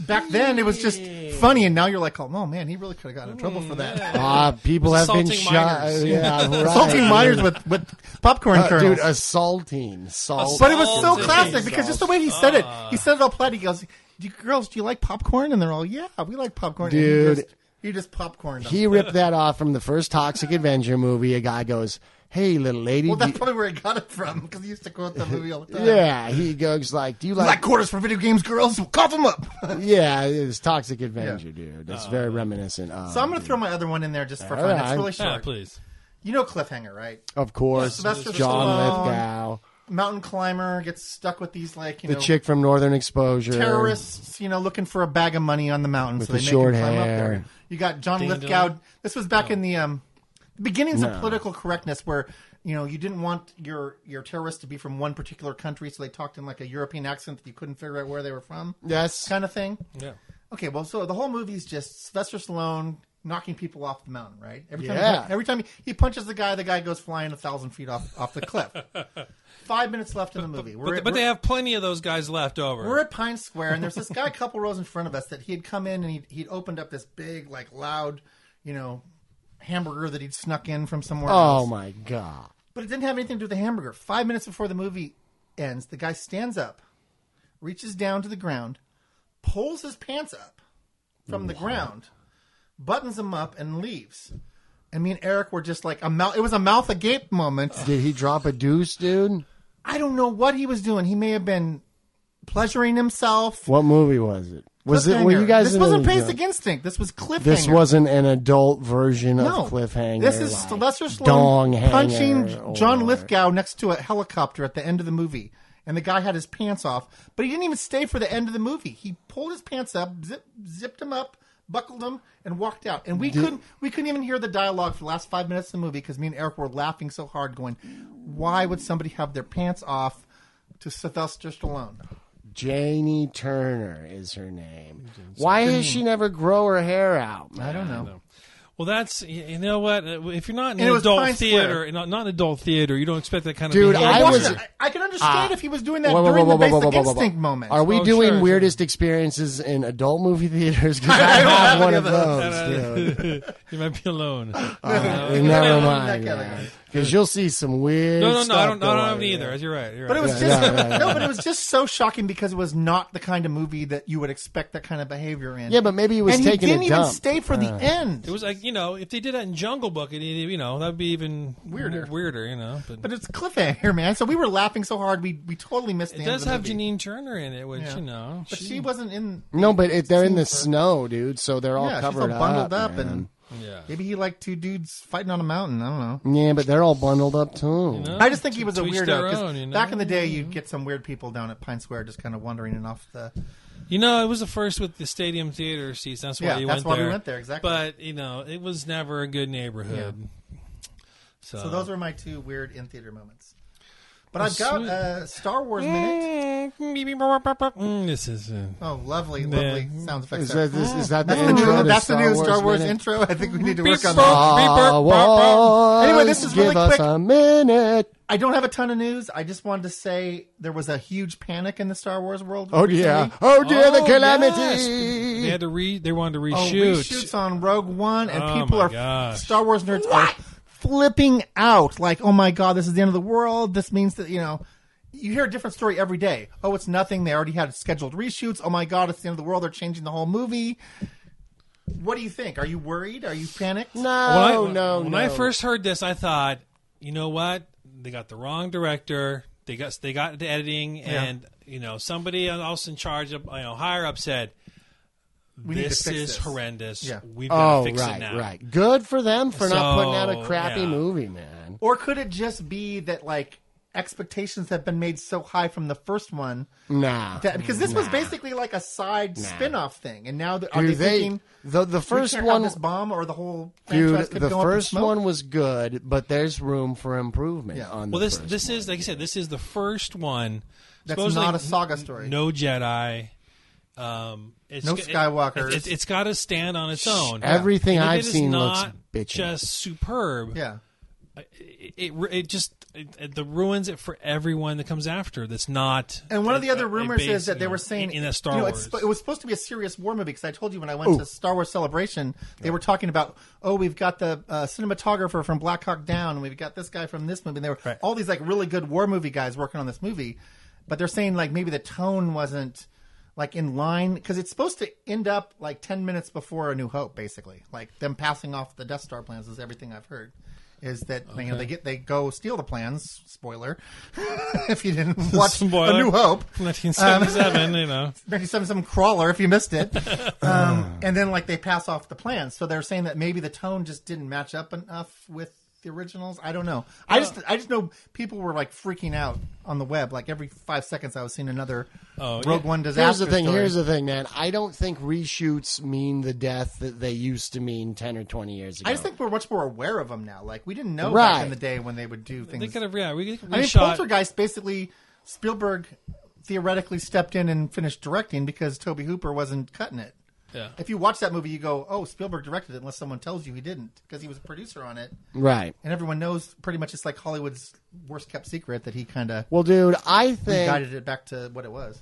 B: back then it was just funny, and now you're like, oh man, he really could have gotten in trouble for that.
C: Ah, people have been
A: Assaulting
C: shot.
A: minors.
C: Yeah, right.
B: Assaulting minors with with popcorn
C: Uh,
B: kernels.
C: dude, assaulting, salt.
B: But it was so
A: Salty.
B: classic because just the way he said it,
A: Ah.
B: he said it all polite. He goes, do you, "Girls, do you like popcorn?" And they're all, "Yeah, we like popcorn." And he
C: Dude.
B: just, he just popcorned. Them.
C: He ripped that off from the first Toxic Avenger movie. A guy goes, "Hey, little lady."
B: well,
C: do
B: that's probably where he got it from because he used to quote that movie all the
C: you-"
B: time.
C: yeah, he goes like, "Do you
B: Like
C: like?"
B: quarters for video games, girls. Cough them up.
C: yeah, it's Toxic Avenger, dude. It's very reminiscent. Of,
B: Oh. so I'm going to throw my other one in there just for fun.
C: Alright.
B: It's really
A: Yeah,
B: short.
A: please.
B: you know Cliffhanger, right?
C: of course,
B: Sylvester
C: John
B: Stallone.
C: Lithgow,
B: Mountain climber gets stuck with these like you
C: the
B: know
C: chick from Northern Exposure,
B: terrorists, you know, looking for a bag of money on the mountain, so
C: the
B: they make
C: short
B: him climb up
C: hair.
B: there. You got John
A: Ding
B: Lithgow.
A: dong.
B: This was back in the um, beginnings
C: No.
B: of political correctness, where you know you didn't want your your terrorists to be from one particular country, so they talked in like a European accent that you couldn't figure out where they were from,
C: Yes,
B: kind of thing.
A: Yeah.
B: Okay, well, so the whole movie's just Sylvester Stallone knocking people off the mountain, right? Every time,
C: Yeah.
B: he, every time he, he punches the guy, the guy goes flying a thousand feet off off the cliff. Five minutes left in the movie. We're
A: But,
B: at-
A: but
B: we're-
A: they have plenty of those guys left over.
B: we're at Pine Square, and there's this guy a couple rows in front of us that he had come in and he'd, he'd opened up this big, like, loud, you know, hamburger that he'd snuck in from somewhere
C: Oh
B: else.
C: my god.
B: But it didn't have anything to do with the hamburger. Five minutes before the movie ends, the guy stands up, reaches down to the ground, pulls his pants up from the ground, buttons them up, and leaves. And me and Eric were just like a mouth. It was a mouth agape moment.
C: Did he drop a deuce, dude?
B: I don't know what he was doing. He may have been pleasuring himself.
C: What movie was it? Was it? Were
B: Cliffhanger.
C: you guys?
B: This
C: in
B: wasn't
C: any-
B: Basic Instinct. This was cliffhanger.
C: This wasn't an adult version
B: no
C: of Cliffhanger.
B: This is
C: like
B: Sylvester Stallone
C: Donghanger
B: punching
C: or-
B: John Lithgow next to a helicopter at the end of the movie, and the guy had his pants off, but he didn't even stay for the end of the movie. He pulled his pants up, zip, zipped them up, buckled them, and walked out. And we couldn't we couldn't even hear the dialogue for the last five minutes of the movie because me and Eric were laughing so hard, going, "Why would somebody have their pants off?" To Sylvester Stallone.
C: Janie Turner is her name. Why does she never grow her hair out? man?
B: I don't know.
A: Well, that's you you know what. Uh, If you're not in
B: And it was
A: adult
B: Pine Square.
A: theater, not, not in adult theater, you don't expect that kind of
C: Dude,
A: behavior.
C: I
B: I,
C: was-
B: I can understand if he was doing that
C: Whoa, whoa,
B: during
C: whoa,
B: the
C: whoa, whoa,
B: Basic
C: whoa, whoa, whoa.
B: Instinct moment.
C: Are we
A: Oh,
C: doing
A: sure,
C: weirdest experiences in adult movie theaters? 'Cause I,
B: don't
C: have,
B: have
C: one
B: any
C: of
B: of
C: those. dude.
A: you might be alone.
C: Uh, never mind.
B: category.
C: Because you'll see some weird.
A: no, no, no.
C: stuff
A: I don't. I
C: going
A: don't have
C: on.
A: any either. You're right. You're
B: But it
A: right.
B: was just no, but it was just so shocking because it was not the kind of movie that you would expect that kind of behavior in.
C: Yeah, but maybe he was
B: and
C: taking
B: he didn't
C: a
B: even
C: dump.
B: stay for the end.
A: It was like you know, if they did that in Jungle Book, it, you know, that'd be even
B: Weirder.
A: Weirder, you know. But,
B: but it's a cliffhanger, man. So we were laughing so hard we we totally missed.
A: it
B: the
A: does
B: end
A: have
B: of the movie.
A: Janine Turner in it, which you know,
B: but she wasn't in.
C: no, but it, they're in the snow, dude. So they're all
B: yeah, she's
C: covered
B: all bundled up,
C: up
B: and
A: yeah.
B: maybe he liked two dudes fighting on a mountain. I don't know.
C: and yeah, but they're all bundled up too.
B: I just think he was a
A: to each
B: weirdo.
A: their
B: 'cause
A: own, you know?
B: Back in the day, you'd get some weird people down at Pine Square just kind of wandering and off the.
A: You know, it was the first with the stadium theater seats. That's why
B: Yeah,
A: you
B: that's
A: went
B: why we
A: there.
B: went there, exactly.
A: But you know, it was never a good neighborhood. So,
B: So those were my two weird in theater moments. But I've got
A: sweet.
B: a Star Wars minute.
A: Mm, This is uh,
B: Oh, lovely, lovely sound effects.
C: Is
B: there.
C: that, this, is that the
B: That's the
C: intro?
B: new,
C: to
B: that's the
C: Star
B: new
C: Wars
B: Star Wars
C: minute?
B: intro. I think we need to
A: Beep,
B: work on
A: boop.
B: that.
C: Star Wars,
B: Anyway, this is really
C: give us
B: quick.
C: a minute.
B: I don't have a ton of news. I just wanted to say there was a huge panic in the Star Wars world.
C: Oh dear! Oh dear! the
A: Oh,
C: calamity!
A: yes. They had to re. They wanted to
B: Oh,
A: reshoot.
B: reshoots on Rogue One, and
A: Oh,
B: people
A: my
B: are
A: gosh.
B: Star Wars nerds are flipping out. Like, oh my god, this is the end of the world. This means that you know. You hear a different story every day. Oh, it's nothing. They already had scheduled reshoots. Oh my god, it's the end of the world. They're changing the whole movie. What do you think? Are you worried? Are you panicked?
A: When I-
C: No,
B: Oh,
C: no,
A: When
C: no.
A: I first heard this, I thought, you know what? They got the wrong director. They got they got into editing, and you know somebody else in charge of you know higher up said,
B: need to
A: "This
B: fix
A: is
B: this."
A: horrendous.
B: Yeah.
A: We've got
C: oh,
A: to fix
C: right,
A: it now."
C: right. Good for them for not putting out
A: So,
C: a crappy
A: yeah.
C: movie, man.
B: Or could it just be that like expectations have been made so high from the first one
C: Nah,
B: that because this was basically like a side spin-off thing, and now th- are
C: Dude,
B: they,
C: they
B: thinking
C: the the
B: "We
C: first
B: can't have
C: one,
B: this bomb or the whole franchise
C: dude.
B: could
C: The
B: go up in
C: first
B: smoke?"
C: one was good, but there's room for improvement.
B: Yeah.
C: On
A: Well,
C: the
A: this
C: first
A: this is like I said, this is the first one.
B: That's
A: Supposedly
B: not a saga story.
A: No Jedi. Um, it's,
B: No
A: it-
B: Skywalkers.
A: It, has got to stand on its own.
C: everything
A: And it
C: I've
A: is
C: seen looks
A: not
C: bitchin'.
A: just superb.
B: yeah.
A: it it, it just it, it the ruins it for everyone that comes after. That's not.
B: And one of
A: a-
B: the other
A: a- a
B: rumors
A: base,
B: is that
A: you
B: they
A: know,
B: were saying
A: in, in a Star
B: you know,
A: Wars.
B: it's- it was supposed to be a serious war movie because I told you when I went to Star Wars Celebration, they were talking about oh we've got the uh, cinematographer from Black Hawk Down, and we've got this guy from this movie, and they were all these like really good war movie guys working on this movie, but they're saying like maybe the tone wasn't like in line because it's supposed to end up like ten minutes before A New Hope, basically like them passing off the Death Star plans is everything I've heard. Is that you know they get they go steal the plans? Spoiler, if you didn't watch
A: Spoiler.
B: A New Hope,
A: 1977, you know.
B: 97 some crawler if you missed it um, and then like they pass off the plans so they're saying that maybe the tone just didn't match up enough with the originals i don't know i just i just know people were like freaking out on the web like every five seconds i was seeing another
A: Oh,
B: rogue
A: yeah.
B: one disaster
C: Here's the thing.
B: story.
C: Here's the thing, man. I don't think reshoots mean the death that they used to mean ten or twenty years ago.
B: i just think we're much more aware of them now like we didn't know back
C: Right.
B: in the day when they would do things
A: They could have, yeah, we, we
B: i mean
A: shot.
B: poltergeist basically spielberg theoretically stepped in and finished directing because toby hooper wasn't cutting it
A: yeah.
B: if you watch that movie, you go, "Oh, Spielberg directed it," unless someone tells you he didn't, because he was a producer on it,
C: right.
B: and everyone knows pretty much it's like Hollywood's worst kept secret that he kind of
C: Well, dude, I think
B: guided it back to what it was.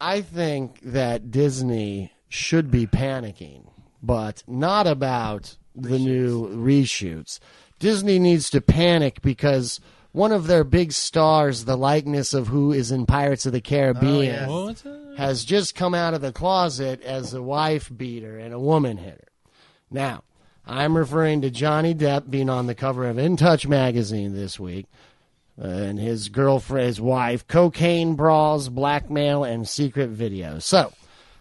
C: I think that Disney should be panicking, but not about the new reshoots. Disney needs to panic because one of their big stars, the likeness of who is in Pirates of the Caribbean,
B: yes.
A: What's that?
C: has just come out of the closet as a wife beater and a woman hitter. Now, I'm referring to Johnny Depp being on the cover of In Touch magazine this week. Uh, and his girlfriend, his wife, cocaine brawls, blackmail, and secret videos. So,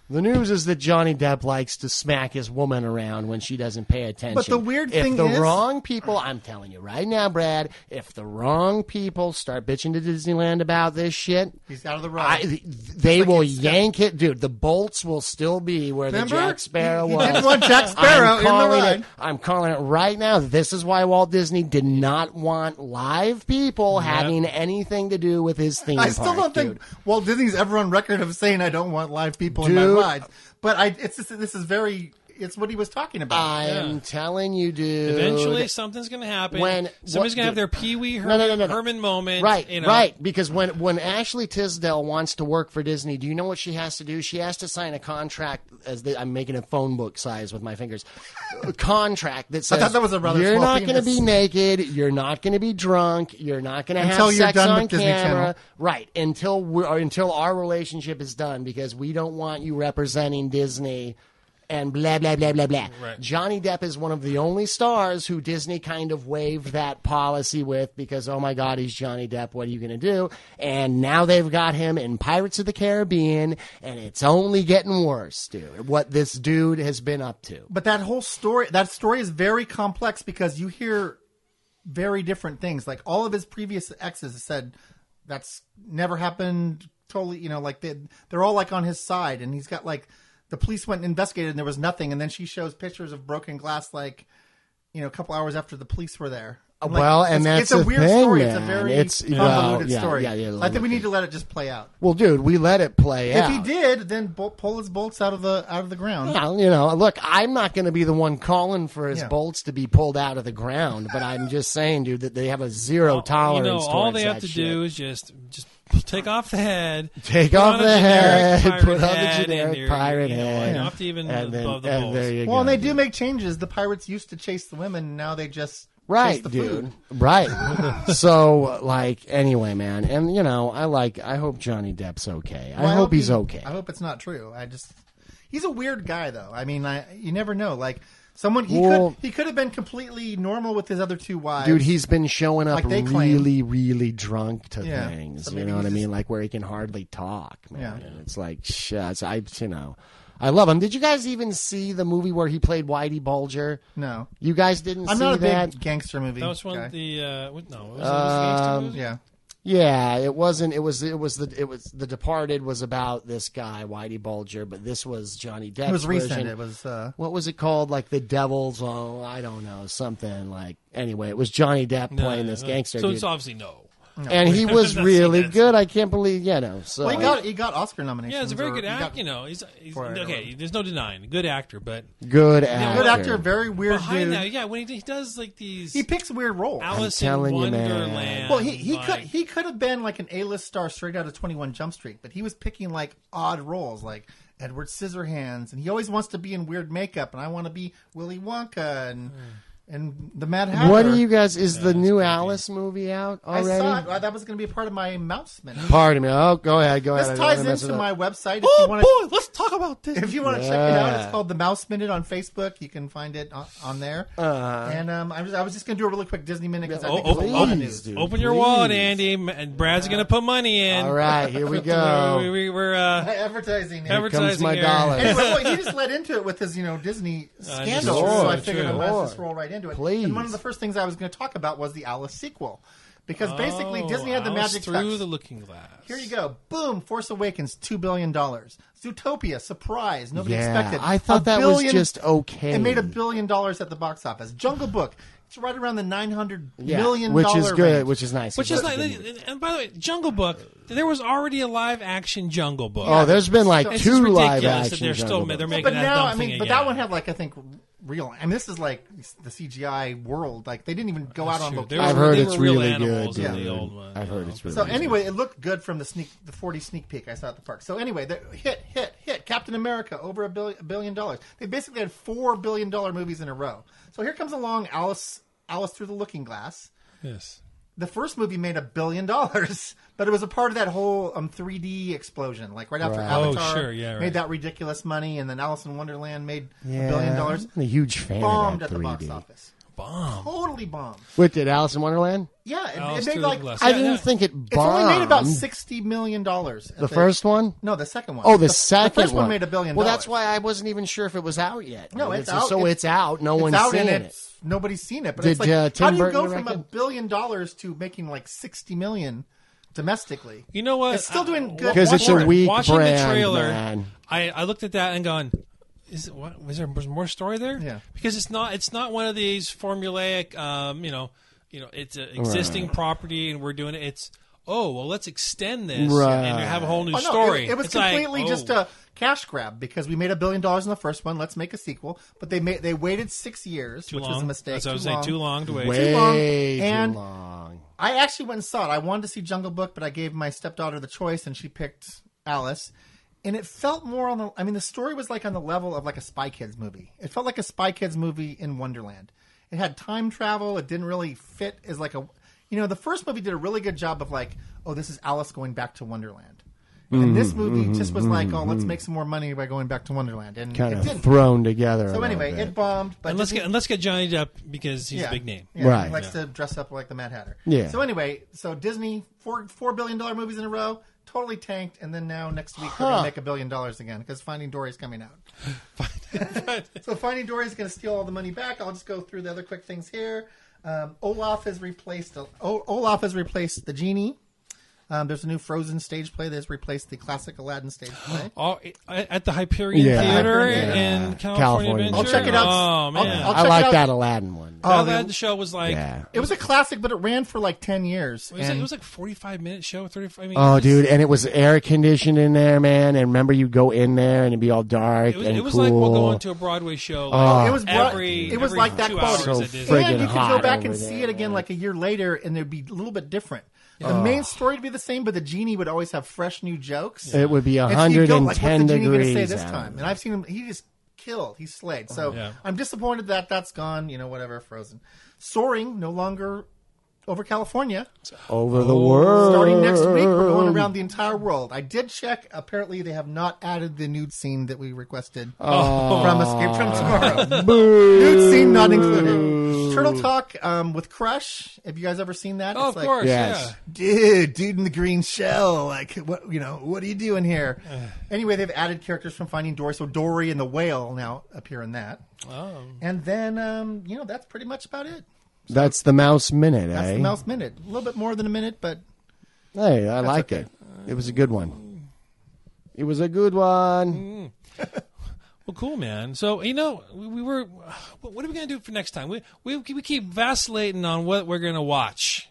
C: the news is that Johnny Depp likes to smack his woman around when she doesn't pay attention.
B: But the weird
C: if
B: thing
C: the
B: is-
C: wrong people, I'm telling you right now, Brad, if the wrong people start bitching to Disneyland about this shit,
B: He's out of the
C: I,
B: ride.
C: th- they
B: like
C: will
B: it's-
C: yank it, dude. The bolts will still be where
B: Remember?
C: the Jack Sparrow
B: He- he
C: was.
B: didn't want Jack Sparrow in the
C: calling
B: ride.
C: It, I'm calling it right now. This is why Walt Disney did not want live people having anything to do with his theme
B: I still
C: park,
B: don't think
C: dude.
B: Walt Disney's ever on record of saying I don't want live people in
C: Dude.
B: my rides. But I, it's just, this is very. It's what he was talking about.
C: I'm
A: Yeah.
C: telling you, dude.
A: Eventually, something's going to happen.
C: When-
A: Somebody's
C: what-
A: going to have their Pee Wee Herman,
C: no, no, no.
A: Herman moment.
C: Right,
A: you know.
C: right. Because when when Ashley Tisdale wants to work for Disney, do you know what she has to do? She has to sign a contract. As the, I'm making a phone book size with my fingers, a contract that says
B: thought that was a rather
C: you're
B: small
C: not going to
B: penis."
C: be naked, you're not going to be drunk, you're not going to have
B: Until you're
C: sex
B: done
C: on
B: with Disney
C: camera.
B: Channel.
C: Right until we or until our relationship is done because we don't want you representing Disney. And blah blah blah blah blah.
A: Right.
C: Johnny Depp is one of the only stars who Disney kind of waived that policy with because, oh my God, he's Johnny Depp. What are you going to do? And now they've got him in Pirates of the Caribbean, and it's only getting worse, dude, what this dude has been up to.
B: but that whole story that story is very complex because you hear very different things like all of his previous exes said that's never happened totally you know like they, they're all like on his side and he's got like the police went and investigated and there was nothing and then she shows pictures of broken glass like you know a couple hours after the police were there I'm like,
C: Well, and
B: it's,
C: that's
B: it's a
C: the
B: weird
C: thing,
B: story it's a
C: man.
B: very
C: It's-
B: convoluted
C: well, yeah,
B: story
C: yeah, yeah,
B: i think we need to let it just play out
C: Well, dude, we let it play out.
B: if he did then bo- pull his bolts out of the out of the ground
C: Well, you know, look, I'm not going to be the one calling for his
B: Yeah.
C: bolts to be pulled out of the ground, but I'm just saying, dude, that they have a zero
A: You
C: tolerance.
A: know, all
C: towards
A: they have
C: that
A: to
C: shit.
A: do is just just take off the head,
C: Take
A: put
C: off
A: on a
C: the
A: generic
C: head,
A: pirate
C: put on the
A: head,
C: generic
A: and you're-
C: pirate
A: you know,
C: head,
A: You don't have to even
C: and then,
A: above the
C: and
A: balls.
C: there you go.
B: Well, and they do make changes. The pirates used to chase the women, now they just chase
C: Right,
B: the
C: dude.
B: food.
C: Right. so, like, anyway, man, and you know, I like. I hope Johnny Depp's okay. I,
B: Well,
C: hope he's
B: he-
C: okay.
B: I hope it's not true. I just he's a weird guy, though. I mean, I you never know. Like someone he
C: Well-
B: could he could have been completely normal with his other two wives.
C: Dude, he's been showing up
B: Like they claim.
C: really, really drunk to
B: Yeah.
C: things.
B: So
C: you
B: maybe
C: know
B: he
C: what I
B: just-
C: mean? Like where he can hardly talk. Man.
B: Yeah.
C: And It's like shuts. I you know, I love him. Did you guys even see the movie where he played Whitey Bulger?
B: no,
C: You guys didn't
B: I'm
C: see
B: not a
C: that?
B: big gangster movie.
A: That was one
B: guy.
A: of the uh, what- no, it was, it
C: Um,
A: was the gangster
B: yeah.
C: Yeah, it wasn't. It was. It was the. It was the Departed was about this guy Whitey Bulger, but this was Johnny Depp's
B: It was recent.
C: version.
B: It was uh,
C: what was it called? Like the Devil's. Oh, I don't know. Something like. Anyway, it was Johnny Depp
A: movie.
C: playing this
A: Uh,
C: gangster.
A: So
C: dude.
A: it's obviously no.
C: and he was
A: I've not
C: really
A: seen it.
C: good. I can't believe, you know. So
B: well, he got he got Oscar nominations.
A: Yeah, it's a very
B: or
A: good
B: he got-
A: act. You know, he's, he's
B: for it or
A: okay.
B: whatever.
A: There's no denying, good actor, but
C: good
B: Good
C: actor.
B: actor, very weird
A: behind
B: dude.
A: that, yeah, when he, he does like these
B: He picks weird roles.
A: Alice in
C: telling you, man.
A: Wonderland.
B: Well, he, he
A: like-
B: could he could have been like an A list star straight out of Twenty One Jump Street, but he was picking like odd roles, like Edward Scissorhands, and he always wants to be in weird makeup, and I want to be Willy Wonka and
A: Hmm.
B: and the Mad Hatter.
C: What do you guys? Is the new Alice movie out
B: I
C: already?
B: saw it. Well, that was going to be part of my mouse minute.
C: Pardon me. Oh, go ahead. Go
B: This
C: ahead. I don't wanna
B: ties
C: mess it
B: into
C: up.
B: my website. If
A: Oh
B: you want to,
A: boy, let's talk about this.
B: if you want to check it out,
C: Yeah.
B: it's called the Mouse Minute on Facebook. You can find it on, on there.
C: Uh-huh.
B: and um, I was I was just going to do a really quick Disney minute because I
A: Oh,
B: think it's a
A: open-
B: lot of
A: open-
B: news.
C: dude,
A: Open your wallet,
C: please.
A: Andy, m- and Brad's gonna put money in.
C: All right, here we
A: We,
C: go.
A: we were uh,
B: Advertising. Nick.
A: advertising
C: my
A: here.
C: dollar.
B: anyway, well, he just led into it with his, you know, Disney scandal.
A: true,
B: so I
A: true.
B: figured I might just
C: Lord.
B: roll right into it.
C: Please.
B: And one of the first things I was going to talk about was the Alice sequel, because basically
A: Oh,
B: Disney had the
A: Alice
B: magic
A: through
B: touch.
A: the looking glass.
B: Here you go. Boom! Force Awakens, two billion dollars. Zootopia, surprise, nobody
C: Yeah,
B: expected.
C: I thought
B: A
C: that was
B: billion-
C: just okay.
B: It made a billion dollars at the box office. Jungle Book, it's right around the nine hundred
C: Yeah,
B: million
C: which is
B: dollar
C: good,
B: range.
C: which is nice.
A: Which
C: It's
A: is
C: a
A: like,
C: good
A: and and by the way, Jungle Book. There was already a live action Jungle Book.
C: Oh, there's been like
A: It's just
C: two live
A: ridiculous
C: action.
A: that they're still
C: Jungle
A: ma- they're
C: Books.
A: making
B: but
A: that
B: now,
A: dumb
B: I mean,
A: thing
B: but
A: again.
B: that one had like I think real, and this is like the CGI world. Like they didn't even go out on
A: Shoot,
B: location.
A: there
C: I've
A: were-
C: heard
A: they
C: it's
A: were real
C: really good.
A: animals in the
C: dude.
A: old one,
C: I've
A: you
C: heard
A: know.
C: it's really
B: So
C: good.
B: anyway, it looked good from the sneak, the forty sneak peek I saw at the park. So anyway, the hit, hit, hit. Captain America over a billion, a billion dollars. They basically had four billion dollar movies in a row. So here comes along Alice, Alice through the Looking Glass,
A: Yes.
B: the first movie made a billion dollars, but it was a part of that whole um, 3D explosion. Like right after
C: Right.
A: Oh,
B: Avatar
A: sure, yeah, right.
B: made that ridiculous money, and then Alice in Wonderland made a billion dollars.
C: I'm a huge fan
B: Bombed
C: of
B: at
C: that
B: the
C: 3D.
B: box office.
A: Bomb.
B: Totally bombed.
C: Wait, did Alice in Wonderland?
B: Yeah, it- it,
A: Alice
B: made
A: through
B: like
A: the glass.
B: it's
A: Yeah,
C: I didn't
A: yeah.
C: think it bombed.
B: only made about sixty million dollars.
C: The first one?
B: No, the second one.
C: Oh, the,
B: f-
C: second
B: The first one, made a billion.
C: Well,
B: dollars.
C: that's why I wasn't even sure if it was out yet.
B: No,
C: And
B: it's out.
C: So
B: It's-
C: it's out. No
B: it's
C: one's
B: out
C: seen
B: and
C: it.
B: it's- Nobody's seen it. But
C: Did,
B: it's like,
C: uh, Tim
B: how do you
C: Burton
B: go from a
C: reckon?
B: billion dollars to making like sixty million domestically?
A: You know what?
B: It's still doing
A: I-
B: good.
C: 'Cause it's a
B: Warren.
C: weak
A: Watching the
C: brand,
A: trailer,
C: man.
A: I, I looked at that and gone, is it, what, was there was more story there?
B: Yeah.
A: because it's not it's not one of these formulaic, um, you know, you know, it's an existing property and we're doing it. It's oh well, let's extend this and
C: Right.
A: have a whole new
B: Oh, no,
A: story.
B: It, it was
A: It's like,
B: completely
A: oh.
B: just a cash grab because we made a billion dollars in the first one. Let's make a sequel. But they made they waited six years,
A: too
B: which
A: long.
B: was a mistake.
A: That's what I was saying. Too long to wait.
C: Way
B: long,
C: too
B: and-
C: long.
B: I actually went and saw it. I wanted to see Jungle Book, but I gave my stepdaughter the choice, and she picked Alice. And it felt more on the. I mean, the story was like on the level of like a Spy Kids movie. It felt like a Spy Kids movie in Wonderland. It had time travel. It didn't really fit as like a. You know, the first movie did a really good job of like, oh, this is Alice going back to Wonderland. and this movie just was like, oh, let's make some more money by going back to Wonderland, and
C: Kind
B: it
C: of
B: didn't.
C: thrown together.
B: So
C: a little
B: anyway,
C: bit.
B: it bombed. But
A: And let's
B: Disney-
A: get and let's get Johnny Depp because he's a big name.
B: yeah,
C: Right.
B: He likes to dress up like the Mad Hatter.
C: Yeah.
B: So anyway, so Disney four four billion dollar movies in a row, totally tanked, and then now next week they're
C: Huh.
B: gonna make a billion dollars again because Finding Dory's coming out. so Finding Dory's gonna steal all the money back. I'll just go through the other quick things here. Um, Olaf has replaced o- Olaf has replaced the genie. Um, there's a new Frozen stage play that's replaced the classic Aladdin stage play.
A: All, at the Hyperion
C: Yeah.
A: Theater
B: Yeah.
A: in California,
C: California.
A: Adventure.
C: I'll
B: check it out.
A: Oh man,
B: I'll
C: I
B: check it
C: like
B: out. Uh,
C: that Aladdin one.
A: Now that show was like
C: yeah.
B: It was a classic, but it ran for like ten years.
A: It was, like,
B: and-
A: it was like forty-five minute show, thirty-five. I mean,
C: Oh,
A: it was-
C: dude, and it was air conditioned in there, man. And remember, you go in there and it'd be all dark
A: It was,
C: and
A: it was
C: cool. Oh.
A: like we'll go into a Broadway show. Like,
B: it was bro-
A: every,
B: it was
A: every
B: like that
A: two
B: quality.
A: hours
C: So
A: at Disney.
C: friggin'
B: and you could go
C: hot
B: back
C: over
B: and
C: there,
B: see it again
C: man.
B: like a year later, and it'd be a little bit different. The main story would be the same, but the genie would always have fresh new jokes.
C: It would be
B: And so you'd
C: 110
B: go, like, what's the genie gonna
C: degrees.
B: say this
C: out.
B: time? And I've seen him; he just killed. He slayed. So
A: Yeah.
B: I'm disappointed that that's gone. You know, whatever. Frozen, soaring no longer over California.
C: Over
A: Oh,
C: the world.
B: Starting next week, we're going around the entire world. I did check. Apparently, they have not added the nude scene that we requested from Escape from Tomorrow. nude scene not included. Turtle Talk um, with Crush. Have you guys ever seen that?
A: Oh,
B: It's
A: of
B: like,
A: course,
C: Yes.
B: Dude, dude in the green shell. Like, what you know? What are you doing here? anyway, they've added characters from Finding Dory, so Dory and the whale now appear in that.
A: yeah. Oh.
B: And then, um, you know, that's pretty much about it.
C: That's the mouse minute,
B: That's
C: eh?
B: the mouse minute. A little bit more than a minute, but
C: Hey, I like it. It was a good one. It was a good one.
A: Well, cool, man. So you know, we, we were. What are we gonna do for next time? We we we keep vacillating on what we're gonna watch.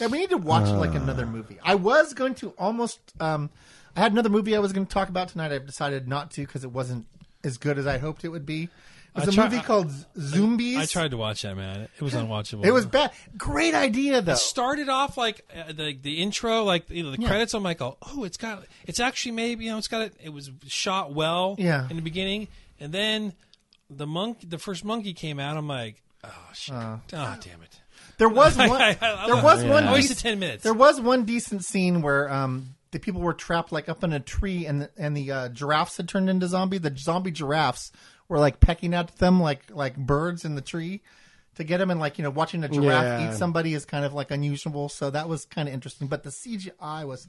B: Yeah, we need to watch like
A: Uh.
B: another movie. I was going to almost. Um, I had another movie I was going to talk about tonight. I've decided not to because it wasn't as good as I hoped it would be. It was
A: I
B: a
A: try-
B: movie
A: I-
B: called Zombies.
A: I tried to watch that, man. It was unwatchable.
B: It was bad. Great idea though.
A: started off like uh, the the intro, like you know, the credits. I'm like, oh, oh, it's got it's actually maybe you know it's got it. It was shot well,
B: Yeah.
A: in the beginning, and then the monk, the first monkey came out. I'm like, oh shit,
B: Uh.
A: oh damn it.
B: There was one.
A: I- I-
B: there was
A: I
B: one.
A: wasted
B: dec-
A: 10 minutes.
B: There was one decent scene where um, the people were trapped like up in a tree, and the, and the uh, giraffes had turned into zombie. The zombie giraffes were like pecking at them like like birds in the tree to get them, and like you know watching a giraffe
C: Yeah.
B: eat somebody is kind of like unusual. So that was kind of interesting. But the CGI was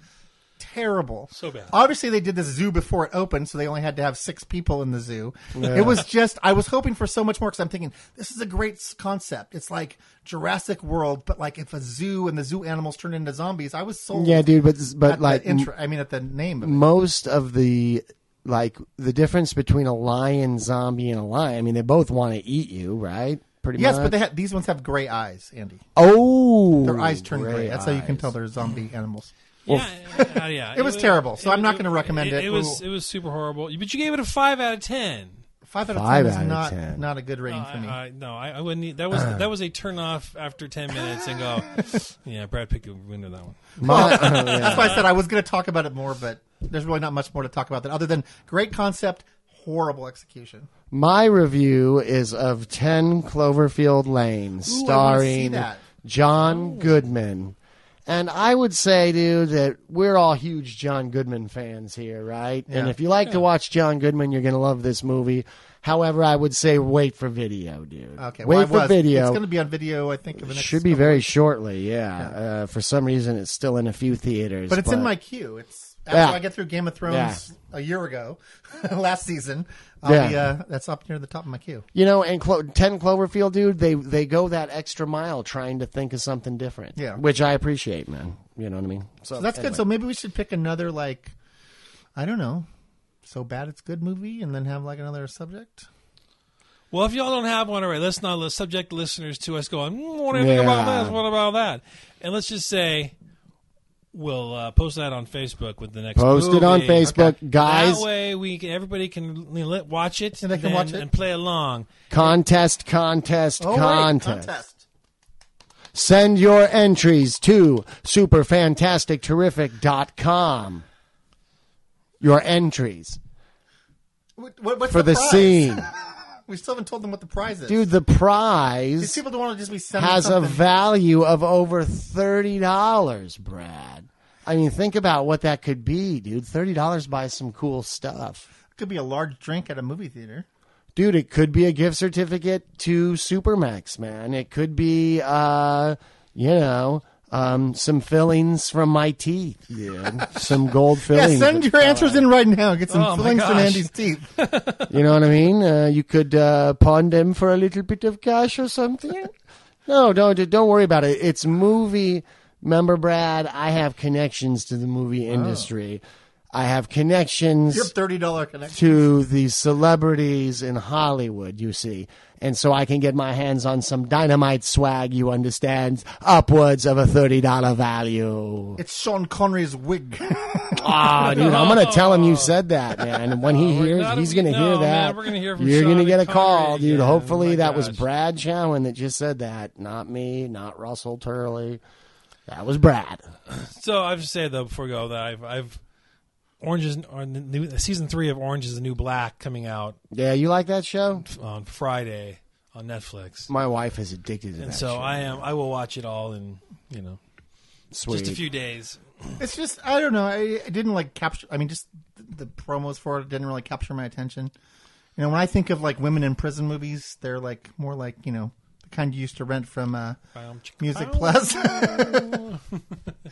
B: terrible.
A: So bad.
B: Obviously, they did the zoo before it opened, so they only had to have six people in the zoo. It was just, I was hoping for so much more because I'm thinking, this is a great s- concept. It's like Jurassic World, but like if a zoo and the zoo animals turn into zombies, I was sold.
C: Yeah, dude, but
B: at
C: but
B: the
C: like
B: intro, I mean, at the name of it.
C: most of the like the difference between a lion zombie and a lion. I mean, they both want to eat you, right? Pretty
B: Yes,
C: much.
B: but they had these ones have gray eyes, Andy.
C: oh,
B: Their eyes turn gray.
C: gray
B: That's how you can
C: eyes.
B: tell they're zombie animals.
A: Yeah, yeah, yeah.
B: It was terrible, so I'm not gonna recommend it.
A: It was it was super horrible. But you gave it a five out of ten.
B: Five out of
C: Five
B: ten is
C: out of
B: not
C: 10.
B: not a good rating for me.
A: I, I, no, I, I wouldn't. Need, that was that was a turn off after ten minutes and go. yeah, Brad picked the winner that one.
C: My-
B: That's why I said I was going to talk about it more, but there's really not much more to talk about that other than great concept, horrible execution.
C: My review is of 10 Cloverfield Lane,
B: see
C: starring
B: that.
C: John Goodman. And I would say, dude, that we're all huge John Goodman fans here, right? And
B: Yeah.
C: if you like to watch John Goodman, you're going to love this movie. However, I would say wait for video, dude.
B: Okay,
C: wait
B: well, I
C: for
B: was.
C: video.
B: It's going to be on video, I think. In the next
C: Should be very shortly, yeah. Uh, for some reason, it's still in a few theaters,
B: but it's in my queue. It's after
C: Yeah.
B: I get through Game of Thrones a year ago, last season. I'll
C: Yeah.
B: be, uh, that's up near the top of my queue.
C: You know, and Clo- Ten Cloverfield, dude, they they go that extra mile trying to think of something different.
B: Yeah.
C: which I appreciate, man. You know what I mean?
B: So that's good. So maybe we should pick another like, I don't know, so bad it's good movie, and then have like another subject.
A: Well, if y'all don't have one already, let's not let's subject listeners to us going, mm, what do you think
C: Yeah.
A: about this? What about that? And let's just say we'll uh, post that on Facebook with the next
C: Post it on
A: movie.
C: Facebook, guys.
A: That way, we can, everybody can you know, let- watch it
B: And they can watch it.
A: and play along.
C: Contest, contest,
B: Oh,
C: contest.
B: Right, contest.
C: Send your entries to superfantasticterrific.com. Your entries
B: What, what- what's
C: for the
B: prize?
C: scene,
B: We still haven't told them what the prize is,
C: dude. The
B: These
C: prize
B: people don't want to just be sending
C: has a
B: something.
C: value of over thirty dollars, Brad. I mean, think about what that could be, dude. Thirty dollars buys some cool stuff,
B: Could be a large drink at a movie theater.
C: dude. It could be a gift certificate to Supermax, man. It could be, uh, you know, um, some fillings from my teeth, dude. some gold
B: Yeah,
C: fillings.
B: send your answers in right now. Get some
A: Oh, my
B: fillings from
A: gosh.
B: Andy's teeth.
C: You know what I mean? Uh, you could uh, pawn them for a little bit of cash or something. No, don't don't worry about it. It's movie. Remember, Brad, I have connections to the movie industry. I have connections
B: Your thirty dollar connection.
C: to the celebrities in Hollywood, you see. And so I can get my hands on some dynamite swag, you understand, upwards of a $30 value.
B: It's Sean Connery's wig.
C: Ah, dude, I'm gonna tell him you said that, man. And when he
A: we're
C: hears,
A: not-
C: he's gonna
A: no,
C: hear that.
A: man, we're gonna hear from
C: You're
A: Sean
C: gonna get a
A: Connery
C: call, dude.
A: again.
C: Hopefully,
A: Oh my
C: that was
A: gosh.
C: Brad Chowan that just said that, not me, not Russell Turley. That was Brad.
A: So I have to say though, before we go, that I've, I've Orange is or the new, season three of Orange is the New Black coming out
C: Yeah, you like that show?
A: on Friday on Netflix,
C: My wife is addicted to
A: and
C: that.
A: so
C: show.
A: I am I will watch it all in you know
C: Sweet.
A: just a few days.
B: it's just I don't know. I, I didn't like capture. I mean, just the, the promos for it didn't really capture my attention. You know, when I think of like women in prison movies, they're like more like you know the kind you used to rent from uh,
A: Um,
B: Music Plus,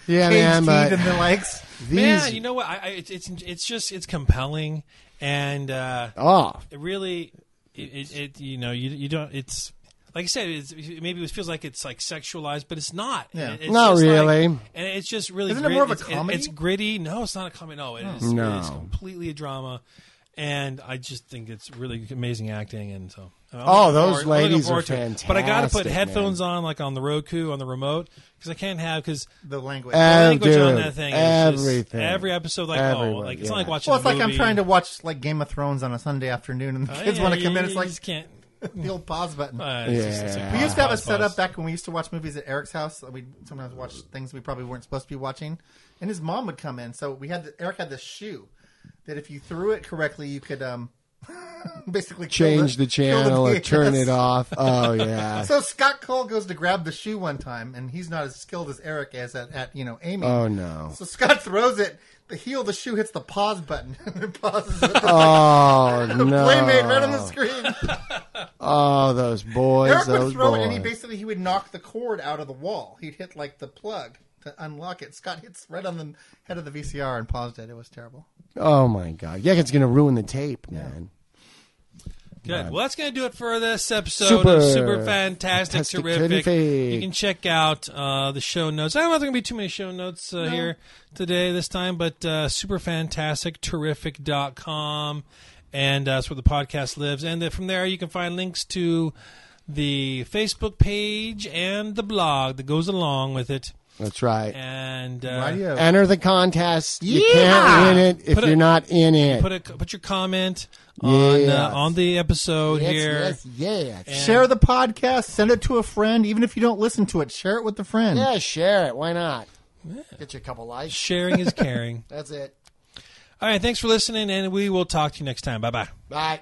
C: Yeah,
B: Page
C: man,
B: Teed
C: but
B: and the likes.
C: these.
A: Man, you know what? I, I it's, it's it's just it's compelling, and uh,
C: oh,
A: it really, it, it, it you know you you don't it's. Like I said, it's, maybe it feels like it's like sexualized, but it's not.
B: Yeah.
A: It- it's
C: Not
A: just
C: really.
A: like- and it's just really.
B: Isn't it more of a
A: it's-
B: comedy?
A: it's gritty. No, it's not a comedy. No, it is.
C: No.
A: It's completely a drama, and I just think it's really amazing acting. And so, I'm
C: Oh,
A: looking forward-
C: those
A: I'm looking
C: ladies are
A: forward to it. But I gotta put
C: fantastic,
A: headphones on, like on the Roku on the remote, because I can't have because
B: The language.
C: Uh,
A: the
C: Oh,
A: language on
C: dude.
A: that thing. is just-
C: Everything.
A: every episode, like oh,
C: Everyone,
A: like it's
C: yeah.
A: not like watching.
B: well, it's
A: a
B: like I'm
A: movie.
B: trying to watch like Game of Thrones on a Sunday afternoon, and the
A: Oh,
B: kids
A: yeah,
B: want to
A: yeah,
B: come in.
A: yeah,
B: It's
A: you
B: like
A: just can't.
B: the old pause button.
A: uh, it's just- it's
C: Yeah.
A: like
B: We used to have a
A: pause, pause.
B: setup back when we used to watch movies at Eric's house. We sometimes watched things we probably weren't supposed to be watching, and his mom would come in. So we had the, Eric had this shoe that if you threw it correctly, you could um basically kill
C: change the
B: kill
C: channel or
B: VHS.
C: turn it off. Oh yeah.
B: So Scott Cole goes to grab the shoe one time, and he's not as skilled as Eric is at, at you know aiming.
C: Oh no.
B: So Scott throws it. The heel of the shoe hits the pause button, and it pauses. With the
C: Oh no.
B: Playmate right on the screen.
C: Oh, those boys.
B: Eric
C: those
B: would throw
C: boys.
B: it, and he basically he would knock the cord out of the wall. He'd hit like the plug to unlock it. Scott hits right on the head of the VCR and paused it. It was terrible.
C: Oh my god! Yeah, it's gonna ruin the tape, man.
A: Good. Well, that's going to do it for this episode
C: Super-
A: of Super Fantastic,
C: Fantastic
A: Terrific.
C: Terrific.
A: You can check out uh, the show notes. I don't know if there are going to be too many show notes uh, here today this time, but uh, superfantasticterrific.com. And uh, that's where the podcast lives. And then from there, you can find links to the Facebook page and the blog that goes along with it.
C: That's right.
A: And uh,
C: Enter the contest. You can't win it if
A: Put a-
C: you're not in it.
A: put a put your comment on
C: Yes.
A: uh, on the episode
C: yes,
A: here.
C: yes, yes.
B: Share the podcast. Send it to a friend, even if you don't listen to it. Share it with a friend.
C: yeah, share it. Why not? Get you a couple likes.
A: Sharing is caring.
C: That's it.
A: All right, thanks for listening, and we will talk to you next time. Bye bye.
C: Bye.